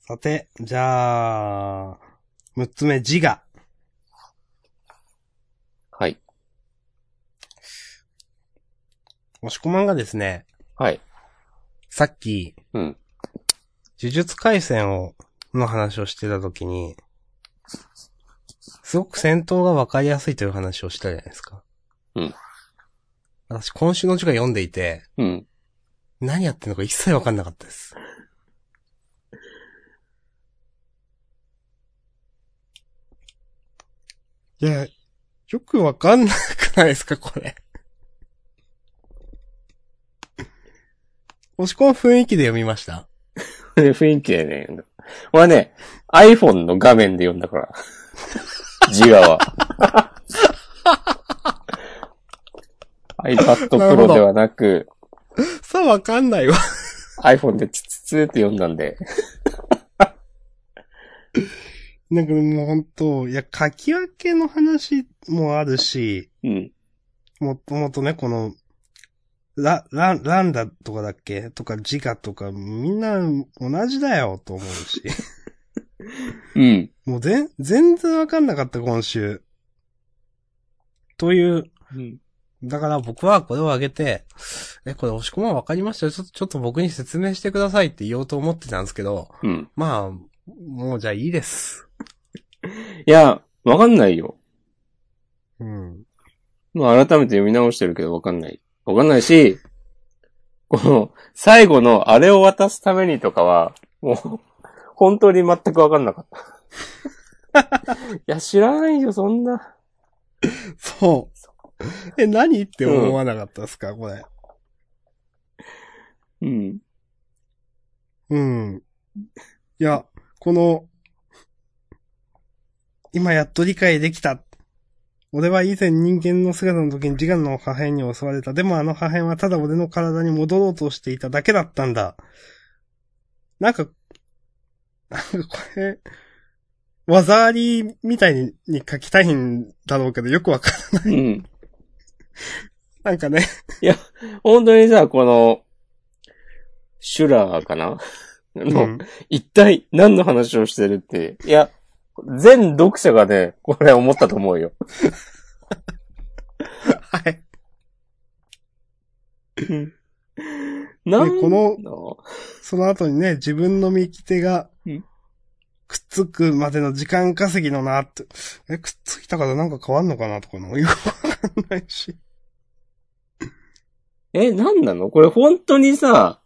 さて、じゃあ、六つ目、自我。はい。押し込まんがですね、はい。さっき、うん。呪術回戦を、の話をしてた時に、すごく戦闘がわかりやすいという話をしたじゃないですか。うん。私、今週の字が読んでいて、うん。何やってんのか一切わかんなかったです。いや、よくわかんなくないですか、これ。押し込む雰囲気で読みました。 雰囲気でね、俺はね、iPhone の画面で読んだ から。自我は。iPad なるほ Pro どではなく、さあわかんないわ。 iPhone でツツツーって読んだんで。なんかもう本当いや、書き分けの話もあるし、うん。もともとね、この、ラ、ラン、ランダとかだっけとかジガとか、みんな同じだよと思う し。うん。もう全、全然わかんなかった今週。といううん。だから僕はこれを上げて、え、これ押し込まんわかりましたよ。ちょっと、ちょっと僕に説明してくださいって言おうと思ってたんですけど、うん。まあ、もうじゃあいいです。いや、わかんないよ。うん。まあ、改めて読み直してるけどわかんない。わかんないし、この、最後のあれを渡すためにとかは、もう、本当に全くわかんなか った。いや、知らないよ、そんな。 そう。え、何って思わなかったですか、これ。うん。うん。いや、この、今やっと理解できた。俺は以前人間の姿の時に自我の破片に襲われた。でもあの破片はただ俺の体に戻ろうとしていただけだったんだ。なんか、なんかこれ、技ありみたいにに書きたいんだろうけど、よくわかる。うん。なんかね、本当にさ、この、シュラーかなの、うん一体何の話をしてるって。いや、全読者がね、これ思ったと思うよ。はい。なねこのの、その後にね、自分の右手がうん、くっつくまでの時間稼ぎのなって、え、くっついたからなんか変わんのかなとかの、よくわかんないし。え、なんなのこれ本当にさ、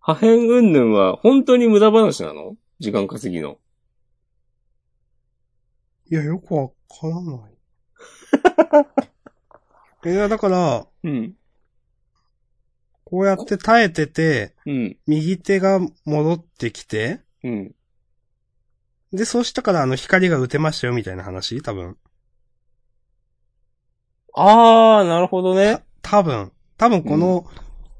破片云々は本当に無駄話なの時間稼ぎの。いや、よくわから ない。いや、だから、うん。こうやって耐えてて、うん。右手が戻ってきて、うん。で、そうしたからあの光が打てましたよみたいな話多分。あー、なるほどね。多分。多分この、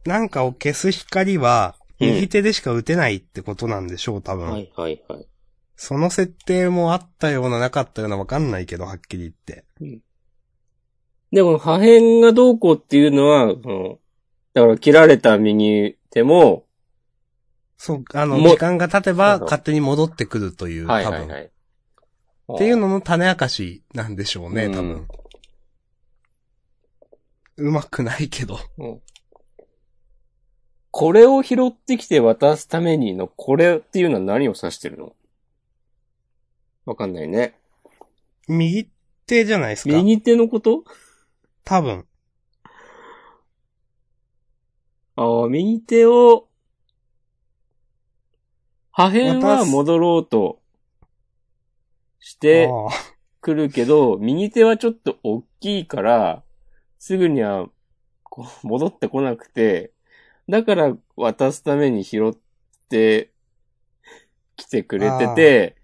なんかを消す光は、うん右手でしか打てないってことなんでしょう、多分。はいはいはい。その設定もあったようななかったようなわかんないけど、はっきり言って。でも破片がどうこうっていうのは、そのだから切られた右手も、そう、あの、も時間が経てばそうそう勝手に戻ってくるという、はい多はいは分。い。っていうのの種明かしなんでしょうね、うん多分。うまくないけど。 これを拾ってきて渡すためにの、これっていうのは何を指してるのわかんないね。右手じゃないですか。右手のこと多分。ああ、右手を、破片は戻ろうとしてああくるけど、右手はちょっと大きいから、すぐにはこう戻ってこなくて、だから渡すために拾って来てくれてて、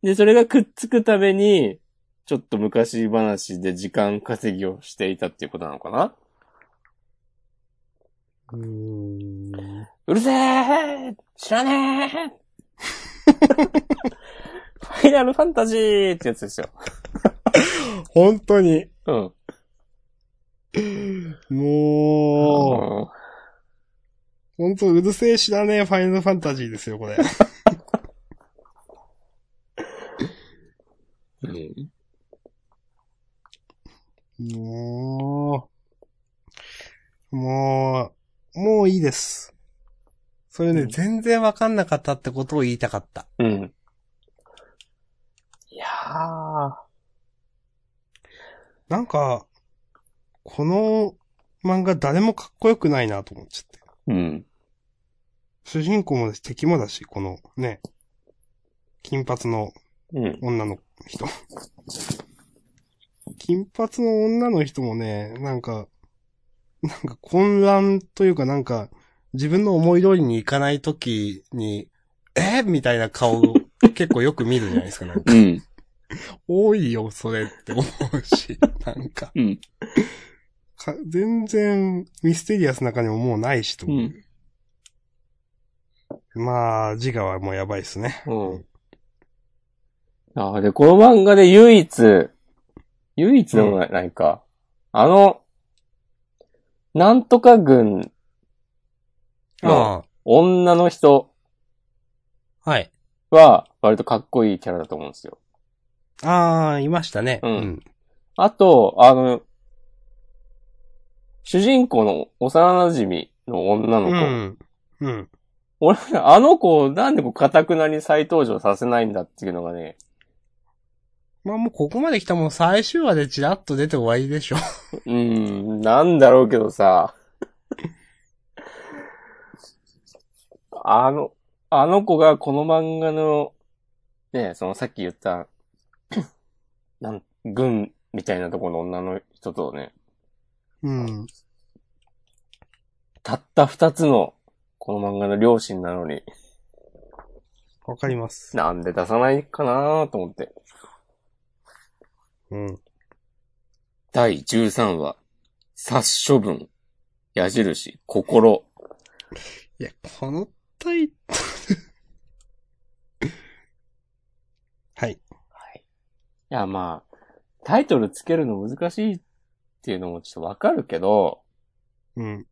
で、それがくっつくために、ちょっと昔話で時間稼ぎをしていたっていうことなのかなうーんうるせえ知らねえファイナルファンタジーってやつですよ。本当に。うん。もう、うん本当うるせえ知らねえファイナルファンタジーですよ、これ。うんもう、もう、もういいです。それね、うん全然わかんなかったってことを言いたかった。うん。いやー。なんか、この漫画誰もかっこよくないなと思っちゃって。うん。主人公もだし、敵もだし、このね、金髪のうん。女の人。金髪の女の人もね、なんか、なんか混乱というかなんか、自分の思い通りにいかないときに、えみたいな顔を結構よく見るじゃないですか。なんかうん。多いよ、それって思うし、 なんかうん。か全然ミステリアスな感じももうないしとう思う。ん。まあ、自我はもうやばいですね。うん。ああ、で、この漫画で唯一、唯一でもない,、か、あの、なんとか軍のあ女の人あ、はい。は、割とかっこいいキャラだと思うんですよ。ああ、いましたね。うんあと、あの、主人公の幼馴染の女うの子。ん。うん。うん。俺、あの子をなんでこう、かたくなに再登場させないんだっていうのがね、まあもうここまで来たもん最終話でチラッと出て終わりでしょ。うーん、なんだろうけどさ。 あの、あの子がこの漫画の、ね、そのさっき言った、 なん、軍みたいなところの女の人とね、 うん。たった二つの、この漫画の両親なのに、わかります。なんで出さないかなと思って。うん。第13話、殺処分、矢印、心。いや、このタイトル はい。はい。いや、まあ、タイトルつけるの難しいっていうのもちょっとわかるけど、うん。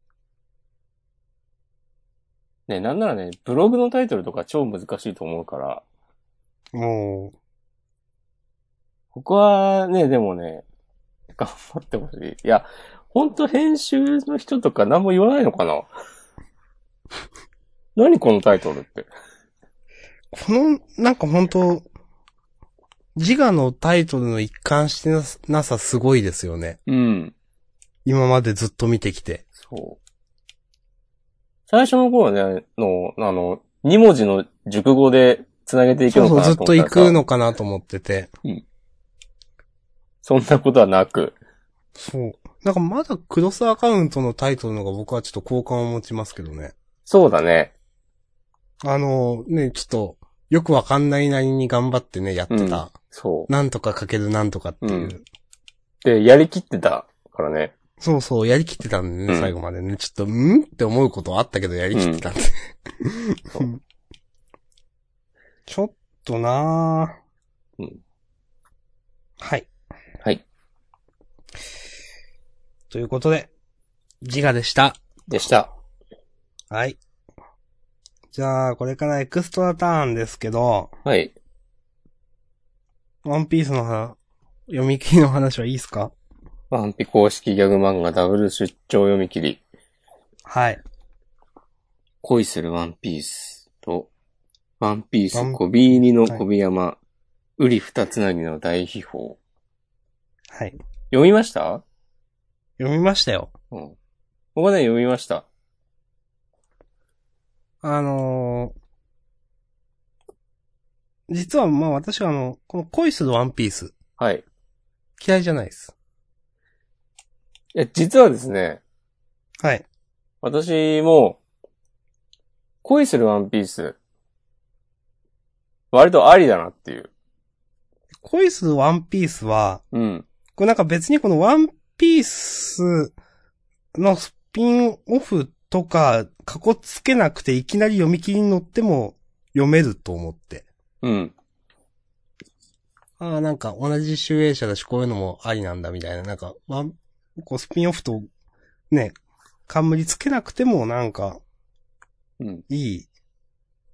ね、なんならね、ブログのタイトルとか超難しいと思うから、もう、ここはね、でもね、頑張ってほしい。いや、ほんと編集の人とか何も言わないの かな何このタイトルって。この、なんか本当自我のタイトルの一貫してなさなさすごいですよね。うん。今までずっと見てきて。そう。最初の頃はね、の、あの、2文字の熟語で繋げていくそのうかそう、なずっとと思っ行たらさくのかなと思ってて。そんなことはなく。そう。なんかまだクロスアカウントのタイトルの方が僕はちょっと好感を持ちますけどね。そうだね。あの、ね、ちょっと、よくわかんないなりに頑張ってね、やってた。そう。なんとかかけるなんとかっていう。うんで、やりきってたからね。そうそう、やりきってたんでね、うん最後までね。ちょっと、んって思うことはあったけど、やりきってたんで。そうちょっとなぁ。うんはい。はい。ということで、自我でした。でした。はい。じゃあ、これからエクストラターンですけど、はい。ワンピースの話読み切りの話はいいですかワンピ公式ギャグ漫画ダブル出張読み切り。はい。恋するワンピースと、ワンピース小ビーニの小ビ山、ウリ二つなぎの大秘宝。はい。読みました読みましたよ。うん。僕はね、読みました。あのー、実はまあ私はあの、この恋するワンピース、はい。嫌いじゃないです。いや、実はですね、はい。私も、恋するワンピース、割とありだなっていう。恋するワンピースは、うん。これなんか別にこのワンピースのスピンオフとか、かこつけなくていきなり読み切りに乗っても読めると思って。うん。ああ、なんか同じ集英社だし、こういうのもありなんだみたいな。なんか、ワン、こうスピンオフと、ね、冠つけなくてもなんか、うん。いい。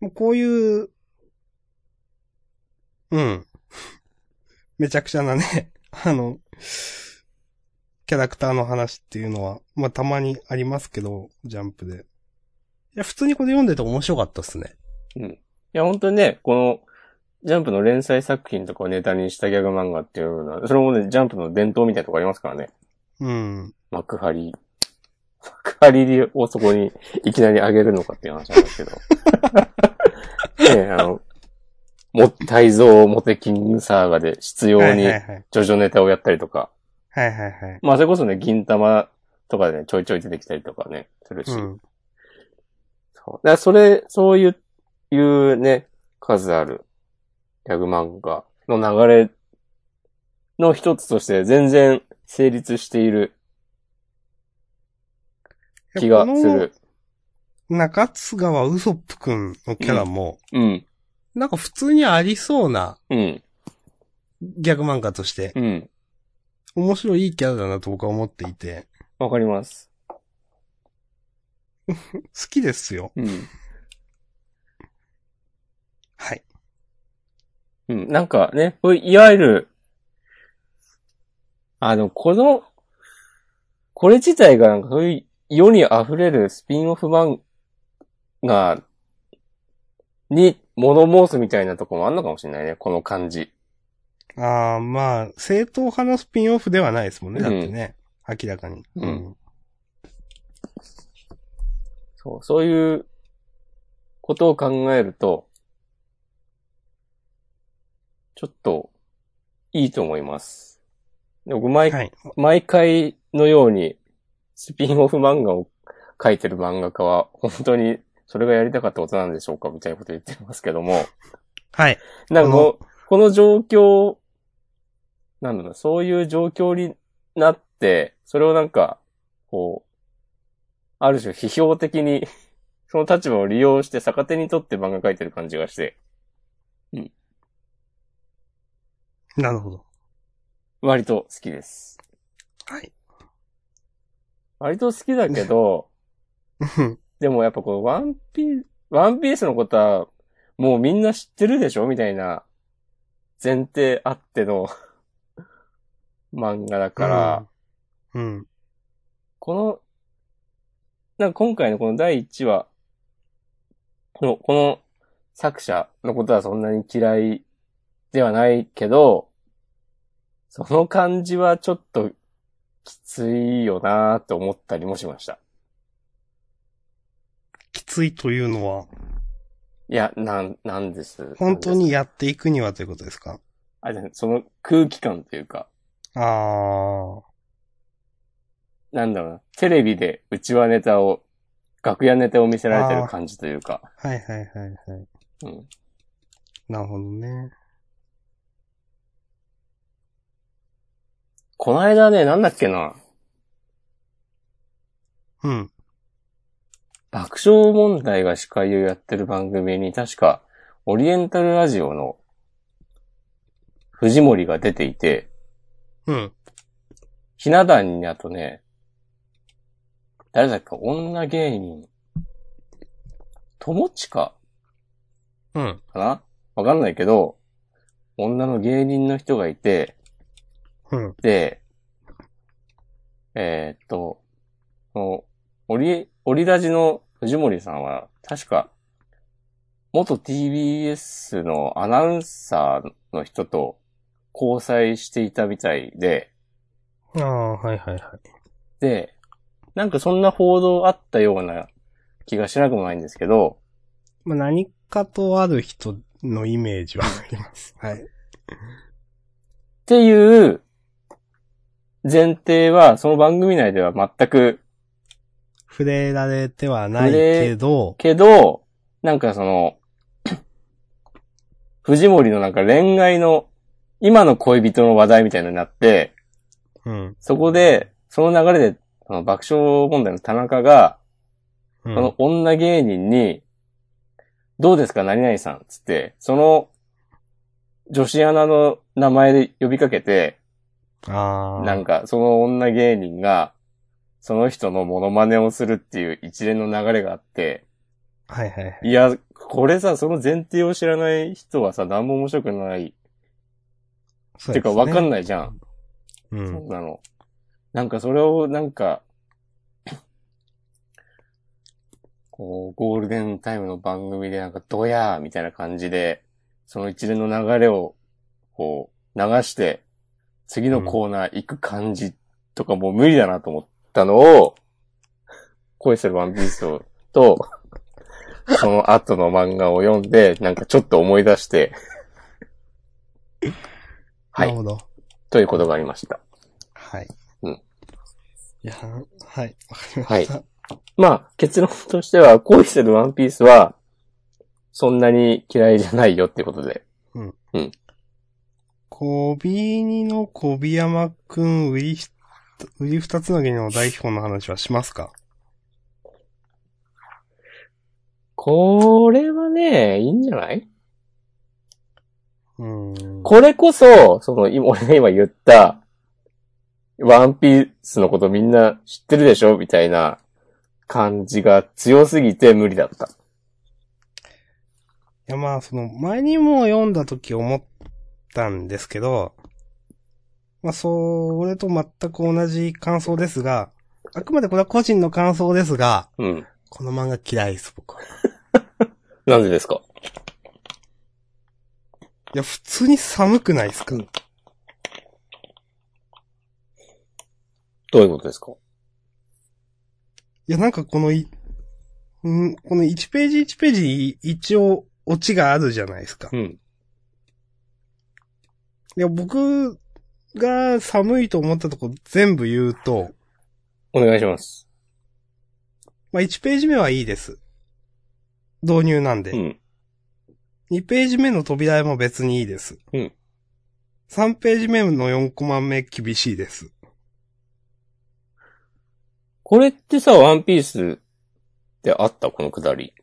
もうこういう、うん。めちゃくちゃなね、 あの、キャラクターの話っていうのは、まあたまにありますけど、ジャンプで。いや、普通にこれ読んでて面白かったっすね。いや、本当にね、この、ジャンプの連載作品とかをネタにしたギャグ漫画っていうのは、それもね、ジャンプの伝統みたいなとこありますからね。うん。幕張。幕張をそこにいきなり上げるのかっていう話なんですけど。 ねえあの、も、泰造モテキングサーガで必要にはいはいはい。ジョジョネタをやったりとか。はいはいはい。まあ、それこそね、銀玉とかでね、ちょいちょい出てきたりとかね、するし。うん。そう。だからそれ、そういう、いうね、数あるギャグ漫画の流れの一つとして全然成立している気がする。この中津川ウソップくんのキャラも、うん。なんか普通にありそうなうん。ギャグ漫画として、うん。面白いキャラだなと僕は思っていて。わかります。好きですよ。うん。はい。うん、なんかね、こういわゆる、あの、この、これ自体がなんかそういう世に溢れるスピンオフ漫画に物申すみたいなとこもあんのかもしれないね、この感じ。ああ、まあ、正統派のスピンオフではないですもんね。だってね。明らかに。うん。そう、そういうことを考えると、ちょっといいと思います。で僕毎はい。毎回のようにスピンオフ漫画を描いてる漫画家は本当にそれがやりたかったことなんでしょうかみたいなこと言ってますけども、はい。なんかこうこの状況、なんだろうな、そういう状況になって、それをなんか、こう、ある種批評的に、その立場を利用して逆手にとって漫画描いてる感じがして、なるほど。割と好きです。はい。割と好きだけど、うんでもやっぱこう、ワンピース、ワンピースのことは、もうみんな知ってるでしょみたいな、前提あっての、 漫画だから、うん。うん。この、なんか今回のこの第1話の、この作者のことはそんなに嫌いではないけど、その感じはちょっときついよなーって思ったりもしました。きついというのは、いや、なん、なんです。本当なんでにやっていくにはということですかすあ、じゃあその空気感というか、ああ。なんだろうな、テレビでうちわネタを、楽屋ネタを見せられてる感じというか、はいはいはいはい。うん。なるほどね。この間ね、なんだっけな、うん。爆笑問題が司会をやってる番組に確か、オリエンタルラジオの藤森が出ていて、うん。ひな壇にあとね、誰だっけ、女芸人、友近うん。かなわかんないけど、女の芸人の人がいて、うん。で、えーっと、そのオリ、オリラジの藤森さんは、確か、元 TBS のアナウンサーの人と交際していたみたいで、ああ、はいはいはい。で、なんかそんな報道あったような気がしなくもないんですけど、まあ、何かとある人のイメージはあり ます。はい。っていう前提は、その番組内では全く触れられてはないけど、けど、なんかその、 藤森のなんか恋愛の、今の恋人の話題みたいなのになって、うん。そこで、その流れで、その爆笑問題の田中が、うんこの女芸人に、どうですか何々さんつって、その、女子アナの名前で呼びかけて、ああ。なんか、その女芸人が、その人のモノマネをするっていう一連の流れがあって、はいはいはい。いや、これさ、その前提を知らない人はさ、何も面白くない。そうてですか、ねわかんないじゃん。うそん。んなの。なんか、それを、なんか、 こう、ゴールデンタイムの番組で、なんか、ドヤーみたいな感じで、その一連の流れを、こう、流して、次のコーナー行く感じとか、もう無理だなと思ったのを、恋するワンピースを、と、 その後の漫画を読んで、なんかちょっと思い出して、はないるほど。ということがありました。はい。うんいや、はい。わかりました。まあ、結論としては、恋するワンピースは、そんなに嫌いじゃないよってことで。コビーニのコビヤマくん、ウリひ、ウリ二つの芸の代表の話はしますかこれはね、いいんじゃないうん。これこそ、その、今、俺が今言った、ワンピースのことみんな知ってるでしょみたいな感じが強すぎて無理だった。いやまあ、その前にも読んだ時思ったんですけど、まあ、それと全く同じ感想ですが、あくまでこれは個人の感想ですが、うん。この漫画嫌いです、僕は。なんでですかいや、普通に寒くないですかどういうことですかいや、なんかこのい、うん、この1ページ1ページに一応オチがあるじゃないですか。うん。いや、僕が寒いと思ったとこ全部言うと、お願いします。まあ、1ページ目はいいです。導入なんで。うん。 2ページ目の扉絵も別にいいです。うん3ページ目の4コマ目厳しいです。これってさ、ワンピースってあったこのくだり。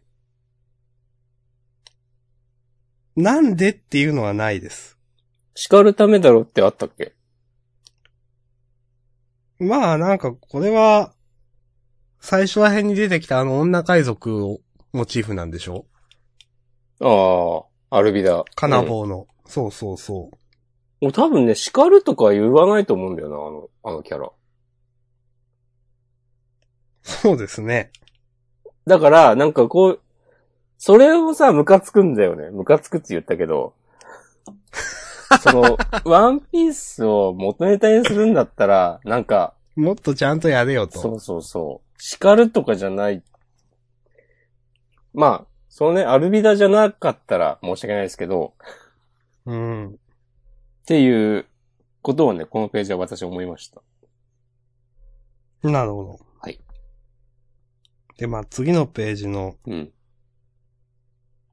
なんでっていうのはないです。叱るためだろってあったっけまあなんかこれは、最初ら辺に出てきたあの女海賊をモチーフなんでしょああ、アルビダ。カナうんボーの。そうそうそう。もう多分ね、叱るとか言わないと思うんだよな、あの、あのキャラ。そうですね。だから、なんかこう、それをさ、ムカつくんだよね。ムカつくって言ったけ ど、その、ワンピースを元ネタにするんだったら、なんか、もっとちゃんとやれよそと。うそうそう、叱るとかじゃない。まあ、そのね、アルビダじゃなかったら申し訳ないですけど、うん。っていうことをね、このページは私思いました。なるほど。はい。で、まあ次のページの、うん。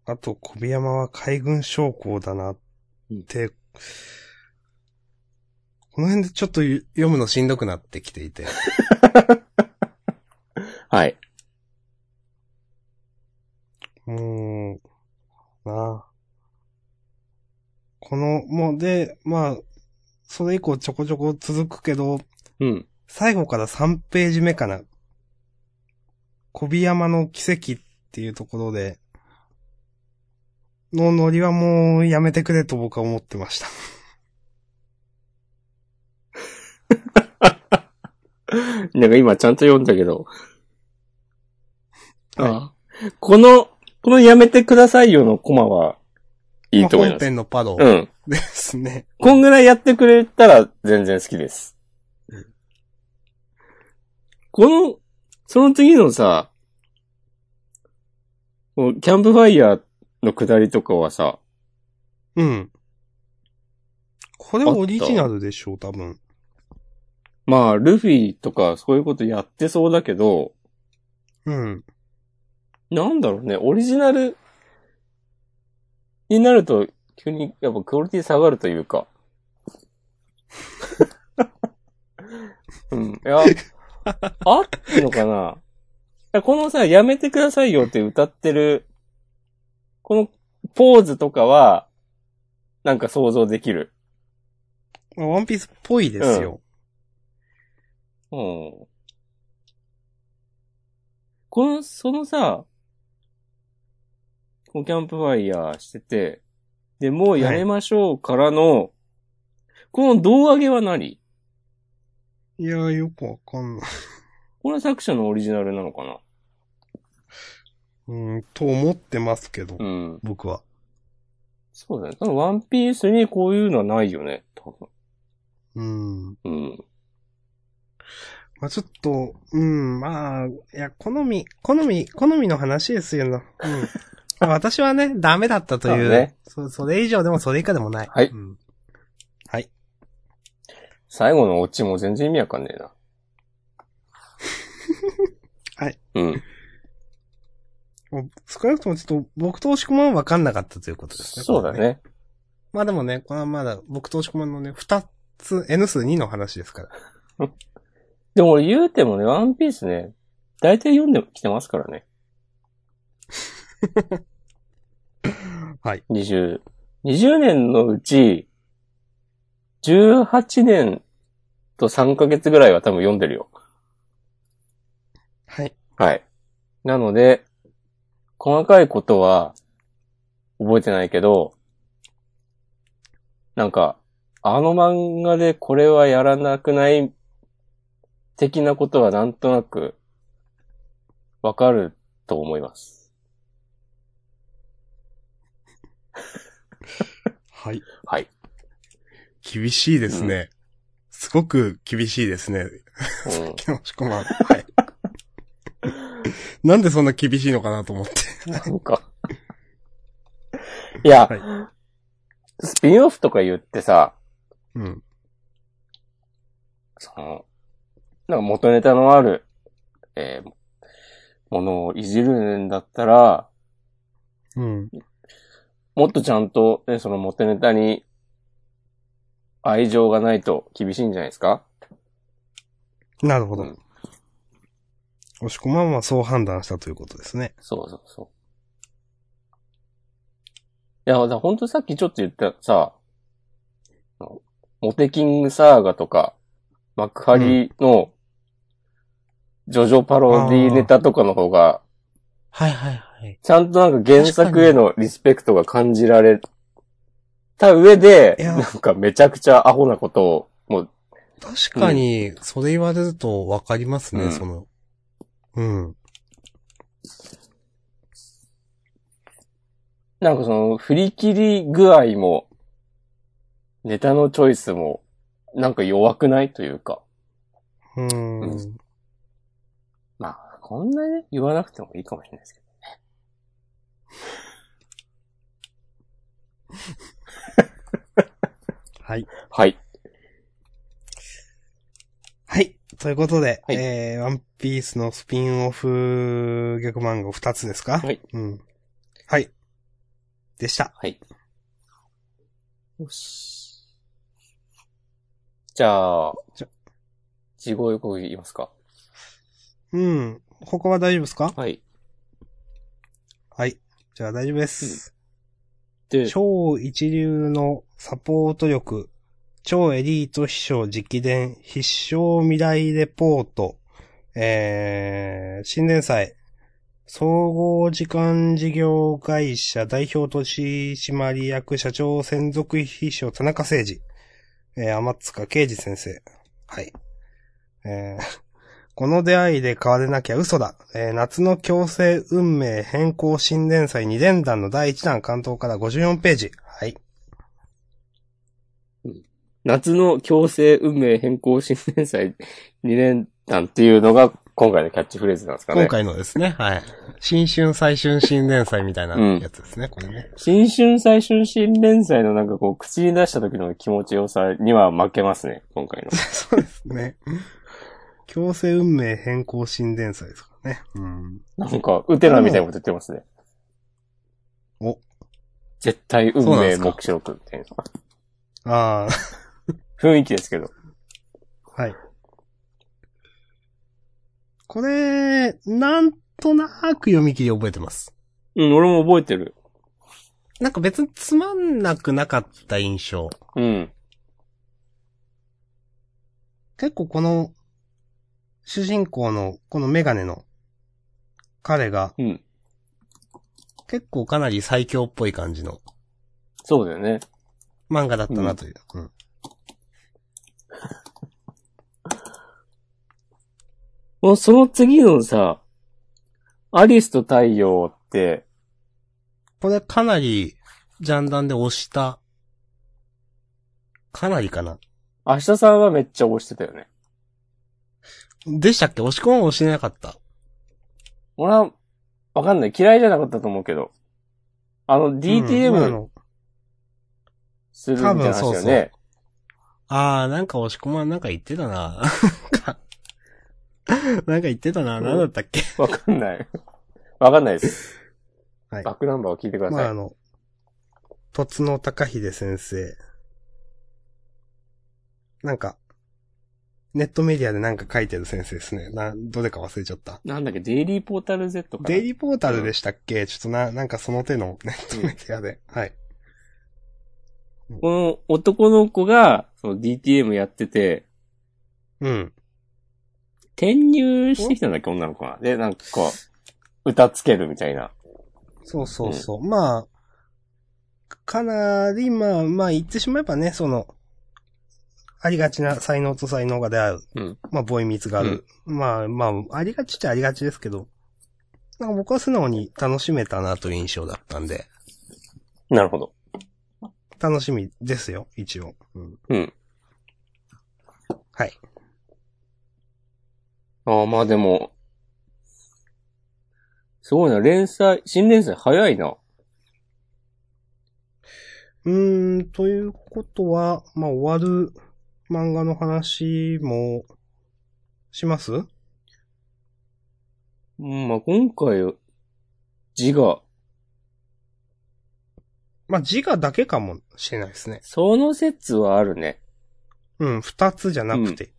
あと小宮山は海軍将校だなって、この辺でちょっと読むのしんどくなってきていて。はい。もう、なあ。この、もうで、まあ、それ以降ちょこちょこ続くけど、うん。最後から3ページ目かな。小ビ山の奇跡っていうところで、のノリはもうやめてくれと僕は思ってました。なんか今ちゃんと読んだけど。はいああこの、このやめてくださいよのコマは、いいと思いあ本ます。編のパロうん。 ですね。こんぐらいやってくれたら全然好きです。この、その次のさ、もうキャンプファイヤーの下りとかはさ、うん。これオリジナルでしょう、多分。まあ、ルフィとかそういうことやってそうだけど、うん。なんだろうね、オリジナルになると、急にやっぱクオリティ下がるというか。うん。いや、あってのかないやこのさ、やめてくださいよって歌ってる、このポーズとかは、なんか想像できる。まあワンピースっぽいですよ。うん。この、そのさ、こうキャンプファイヤーしてて、で、もうやめましょうからの、この胴上げは何いやー、よくわかんない。これは作者のオリジナルなのかなうん、と思ってますけど、うん。僕は。そうだね。多分ワンピースにこういうのはないよね。多うん。分。うん。まあちょっと、うん、まあ、いや、好み、好み、好みの話です よな。うん。まあ私はね、ダメだったといそうう。ねそそれ以上でもそれ以下でもない。はいうん、最後のオチも全然意味わかんねえな。 はい。うん。もう少なくともちょっと、僕と押し込まん分かんなかったということですね。そうだこれね。まあでもね、これはまだ、僕と押し込まんのね、二つ、N 数2の話ですから。でも俺言うてもね、ワンピースね、大体読んできてますからね。はい。 20、20年のうち、18年と3ヶ月ぐらいは多分読んでるよ。はい。はい。なので、細かいことは覚えてないけど、なんか、あの漫画でこれはやらなくない的なことはなんとなくわかると思います。はい。はい。厳しいですね。すごく厳しいですね。うん木しこまん。はい。 なんでそんな厳しいのかなと思って。なんか。いや、はいスピンオフとか言ってさ、うん。その、なんか元ネタのある、えーものをいじるんだったら、うん。もっとちゃんと、ね、その元ネタに愛情がないと厳しいんじゃないですかなるほうどん。押し込まんはそう判断したということですね。そうそうそう。いや、だから本当さっきちょっと言ったさ、あのモテキングサーガとか、幕張の、ジョジョパロディネタとかの方が、はいはいはい。ちゃんとなんか原作へのリスペクトが感じられた上で、いやなんかめちゃくちゃアホなことを、もう、確かに、それ言われるとわかりますね、うんその。うん。なんかその振り切り具合も、ネタのチョイスも、なんか弱くないというか。うん。うまあ、こんなにね、言わなくてもいいかもしれないですけど。はい。はい。はい。ということで、はいえー、ワンピースのスピンオフ逆漫画2つですかはい。うん。はい。でした。はい。よし。じゃあじゃ、地声予告言いますかうん。他は大丈夫ですかはい。はい。じゃあ大丈夫です。で、超一流のサポート力、超エリート秘書直伝、必勝未来レポート、えー、新年祭、総合時間事業会社代表取締役社長専属秘書田中誠二、えー、天塚啓二先生。はい。えー、この出会いで変われなきゃ嘘だ。えー夏の強制運命変更新連載2連弾の第1弾関東から54ページ。はい。夏の強制運命変更新連載2連単っていうのが今回のキャッチフレーズなんですかね。今回のですね、はい。新春最春新連載みたいなうんやつですね、これね。 新春最春新連載のなんかこう口に出した時の気持ちよさには負けますね、今回の。そうですね。強制運命変更新連載ですからね。うん。なんか、ウテナみたいなこと言ってますね。 お。絶対運そうなんで命すか目標みたいな。あ雰囲気ですけど。あ、はい。これ、なんとなく読み切り覚えてます。うん、俺も覚えてる。なんか別につまんなくなかった印象。うん。結構この、主人公の、このメガネの、彼が、うん。結構かなり最強っぽい感じのそうだよね。漫画だったなという。うん。もうその次のさ、アリスと太陽って、これかなり、ジャンダンで押した、かなりかな。明日さんはめっちゃ推してたよね。でしたっけ押し込む押してなかった。俺は、わかんない。嫌いじゃなかったと思うけど。あの、うんまああ DTM のするみたいな話だよね。あー、なんか押し込まんなんか言ってたな。 なんか言ってたな。なんだったっけわかんない。 わかんないです。はいバックナンバーを聞いてください。まあ、あの、とつの高秀先生。なんか、ネットメディアでなんか書いてる先生ですね。な、どれか忘れちゃった。なんだっけ、デイリーポータル Z かな。デイリーポータルでしたっけちょっとな、なんかその手のネットメディアで。はい。この男の子が、その DTM やってて、うん。転入してきたんだっけ、女の子が。で、なんか、歌つけるみたいな。そうそうそう。まあ、かなり、まあまあ言ってしまえばね、その、ありがちな才能と才能が出会う。うんまあ、ボーイミーツがある。まあまあ、ありがちっちゃありがちですけど、なんか僕は素直に楽しめたなという印象だったんで、なるほど。楽しみですよ、一応。うん。うん。はい。ああ、まあでも、すごいな、連載、新連載早いな。うーん、ということは、まあ、終わる漫画の話も、しますうん、まあ今回、字が、まあ、自我だけかもしれないですね。その説はあるね。 うん、二つじゃなくて。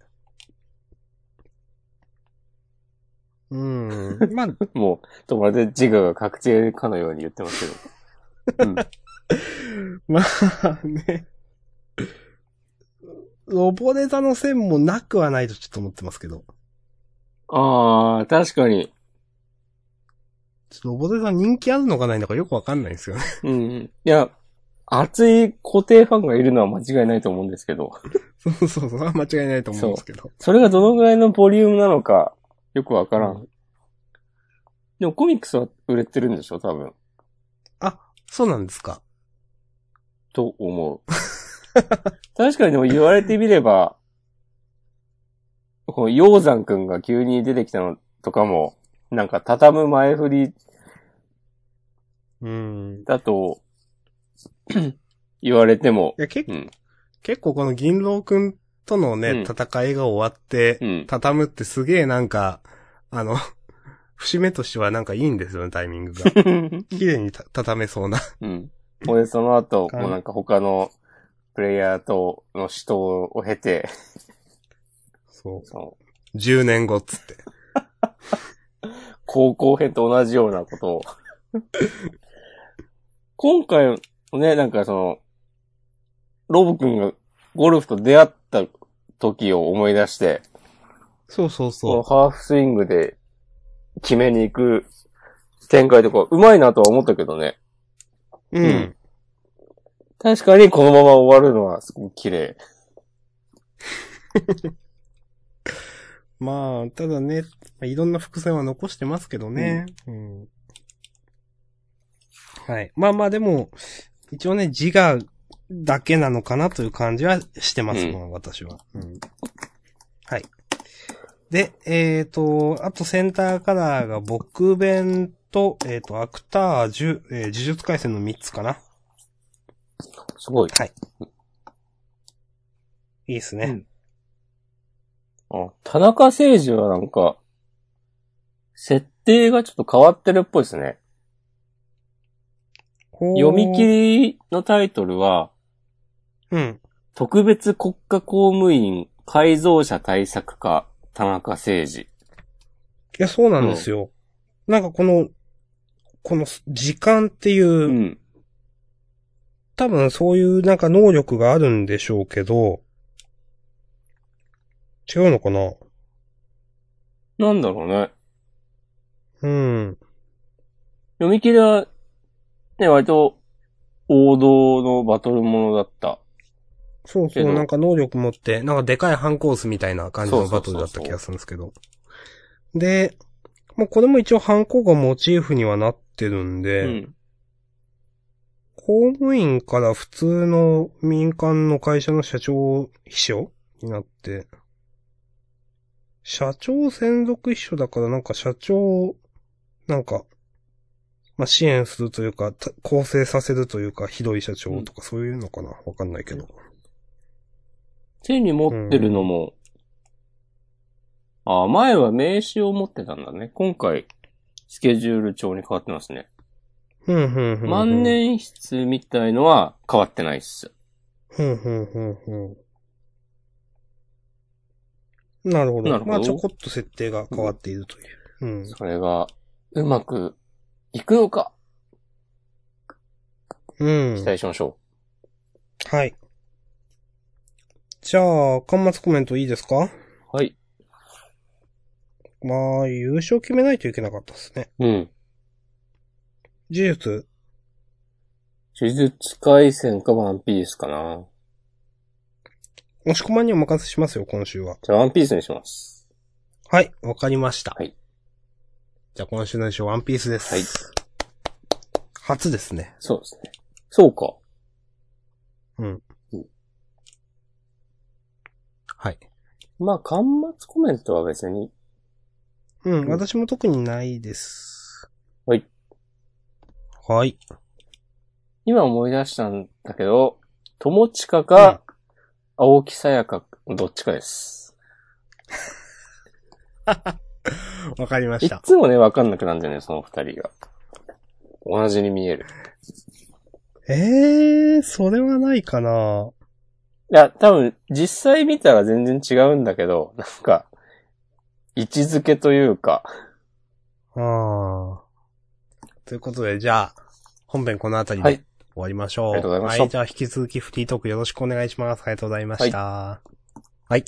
うん、ん。まあ、もう、とまるで自我が確定かのように言ってますけど。うん。 まあね。ロボデタの線もなくはないとちょっと思ってますけど。ああ、確かに。ちょっとロボデタ人気あるのかないのかよくわかんないんですよね。 うんうん。いや、熱い固定ファンがいるのは間違いないと思うんですけど、そうそうそう。間違いないと思うんですけど。それがどのぐらいのボリュームなのか、よくわからん。でもコミックスは売れてるんでしょ多分。そうなんですか。と思う。確かにでも言われてみれば、この鷹山くんが急に出てきたのとかも、なんか畳む前振りうん。だと、言われてもい、や、結う構、ん。結構この銀狼くんとのね、うん戦いが終わってう、 ん。畳むってすげえなんか、あの、 節目としてはなんかいいんですよね、タイミング が。綺麗にた畳めそうな。うん。ほいで、その後、はいもうなんか他のプレイヤーとの死闘を経て、そそのう。10年後っつって。高校編と同じようなことを。今回、ね、なんかその、ロブ君がゴルフと出会った時を思い出して、そうそうこそのハーフスイングで決めに行く展開とか、うまいなとは思ったけどね。う。ううんん。確かにこのまま終わるのはすごく綺麗。まあ、ただね、いろんな伏線は残してますけどね。うん。はい。まあまあでも、一応ね、自我だけなのかなという感じはしてます、うんもう私は。うん。はい。で、えっ、と、あとセンターカラーが僕弁と、えっ、と、アクタージュ、えー呪術回戦の3つかな。すごい。いいですね。あ田中誠二はなんか、設定がちょっと変わってるっぽいですね。ほー読み切りのタイトルは、うん。特別国家公務員改造者対策課田中誠二。いや、そうなんですよ。なんかこの、この時間っていう、うん。多分そういうなんか能力があるんでしょうけど、違うのかななんだろうね。うん。読み切りは、ね、割と王道のバトルものだった。そうけそどう、なんか能力持って、なんかでかいハンコースみたいな感じのバトルだった気がするんですけど。で、もうこれも一応ハンコがモチーフにはなってるんうで、ん。公務員から普通の民間の会社の社長秘書になって、社長専属秘書だからなんか社長を、なんか、まあ、支援するというか、た構成させるというか、ひどい社長とかそういうのかなわかんないけど。手に持ってるのも、あ、前は名刺を持ってたんだね。今回、スケジュール帳に変わってますね。ふんふんふんふん。万年筆みたいのは変わってないっす。ふんふんふんふん。なるほど。なるほどまあ、ちょこっと設定が変わっているという。うん。それが、うまくいくのか、うん。期待しましょはい。じゃあ、端末コメントいいですかう。はい。まあ、優勝決めないといけなかったですね。うん。呪術、呪術回戦かワンピースかな。押し込まんにお任せしますよ、今週は。じゃあワンピースにします。はい、わかりました。はい。じゃあ今週の衣装、ワンピースです。はい。初ですね。そうですね。そうか。はい。まあ、端末コメントは別に。うん、うん私も特にないです。はい。はい。今思い出したんだけど、友近か、青木さやか、どっちかです。わかりまいし。ったつもね、わかんなくなるんだよね、その二人が。同じに見える。えー、それはないかないや、多分、実際見たら全然違うんだけど、なんか、位置づけというか、あーということで、じゃあ、本編このあたりはでい終わりましょう。ありがとうございましたはい、じゃあ引き続きフリートークよろしくお願いします。ありがとうございました。はい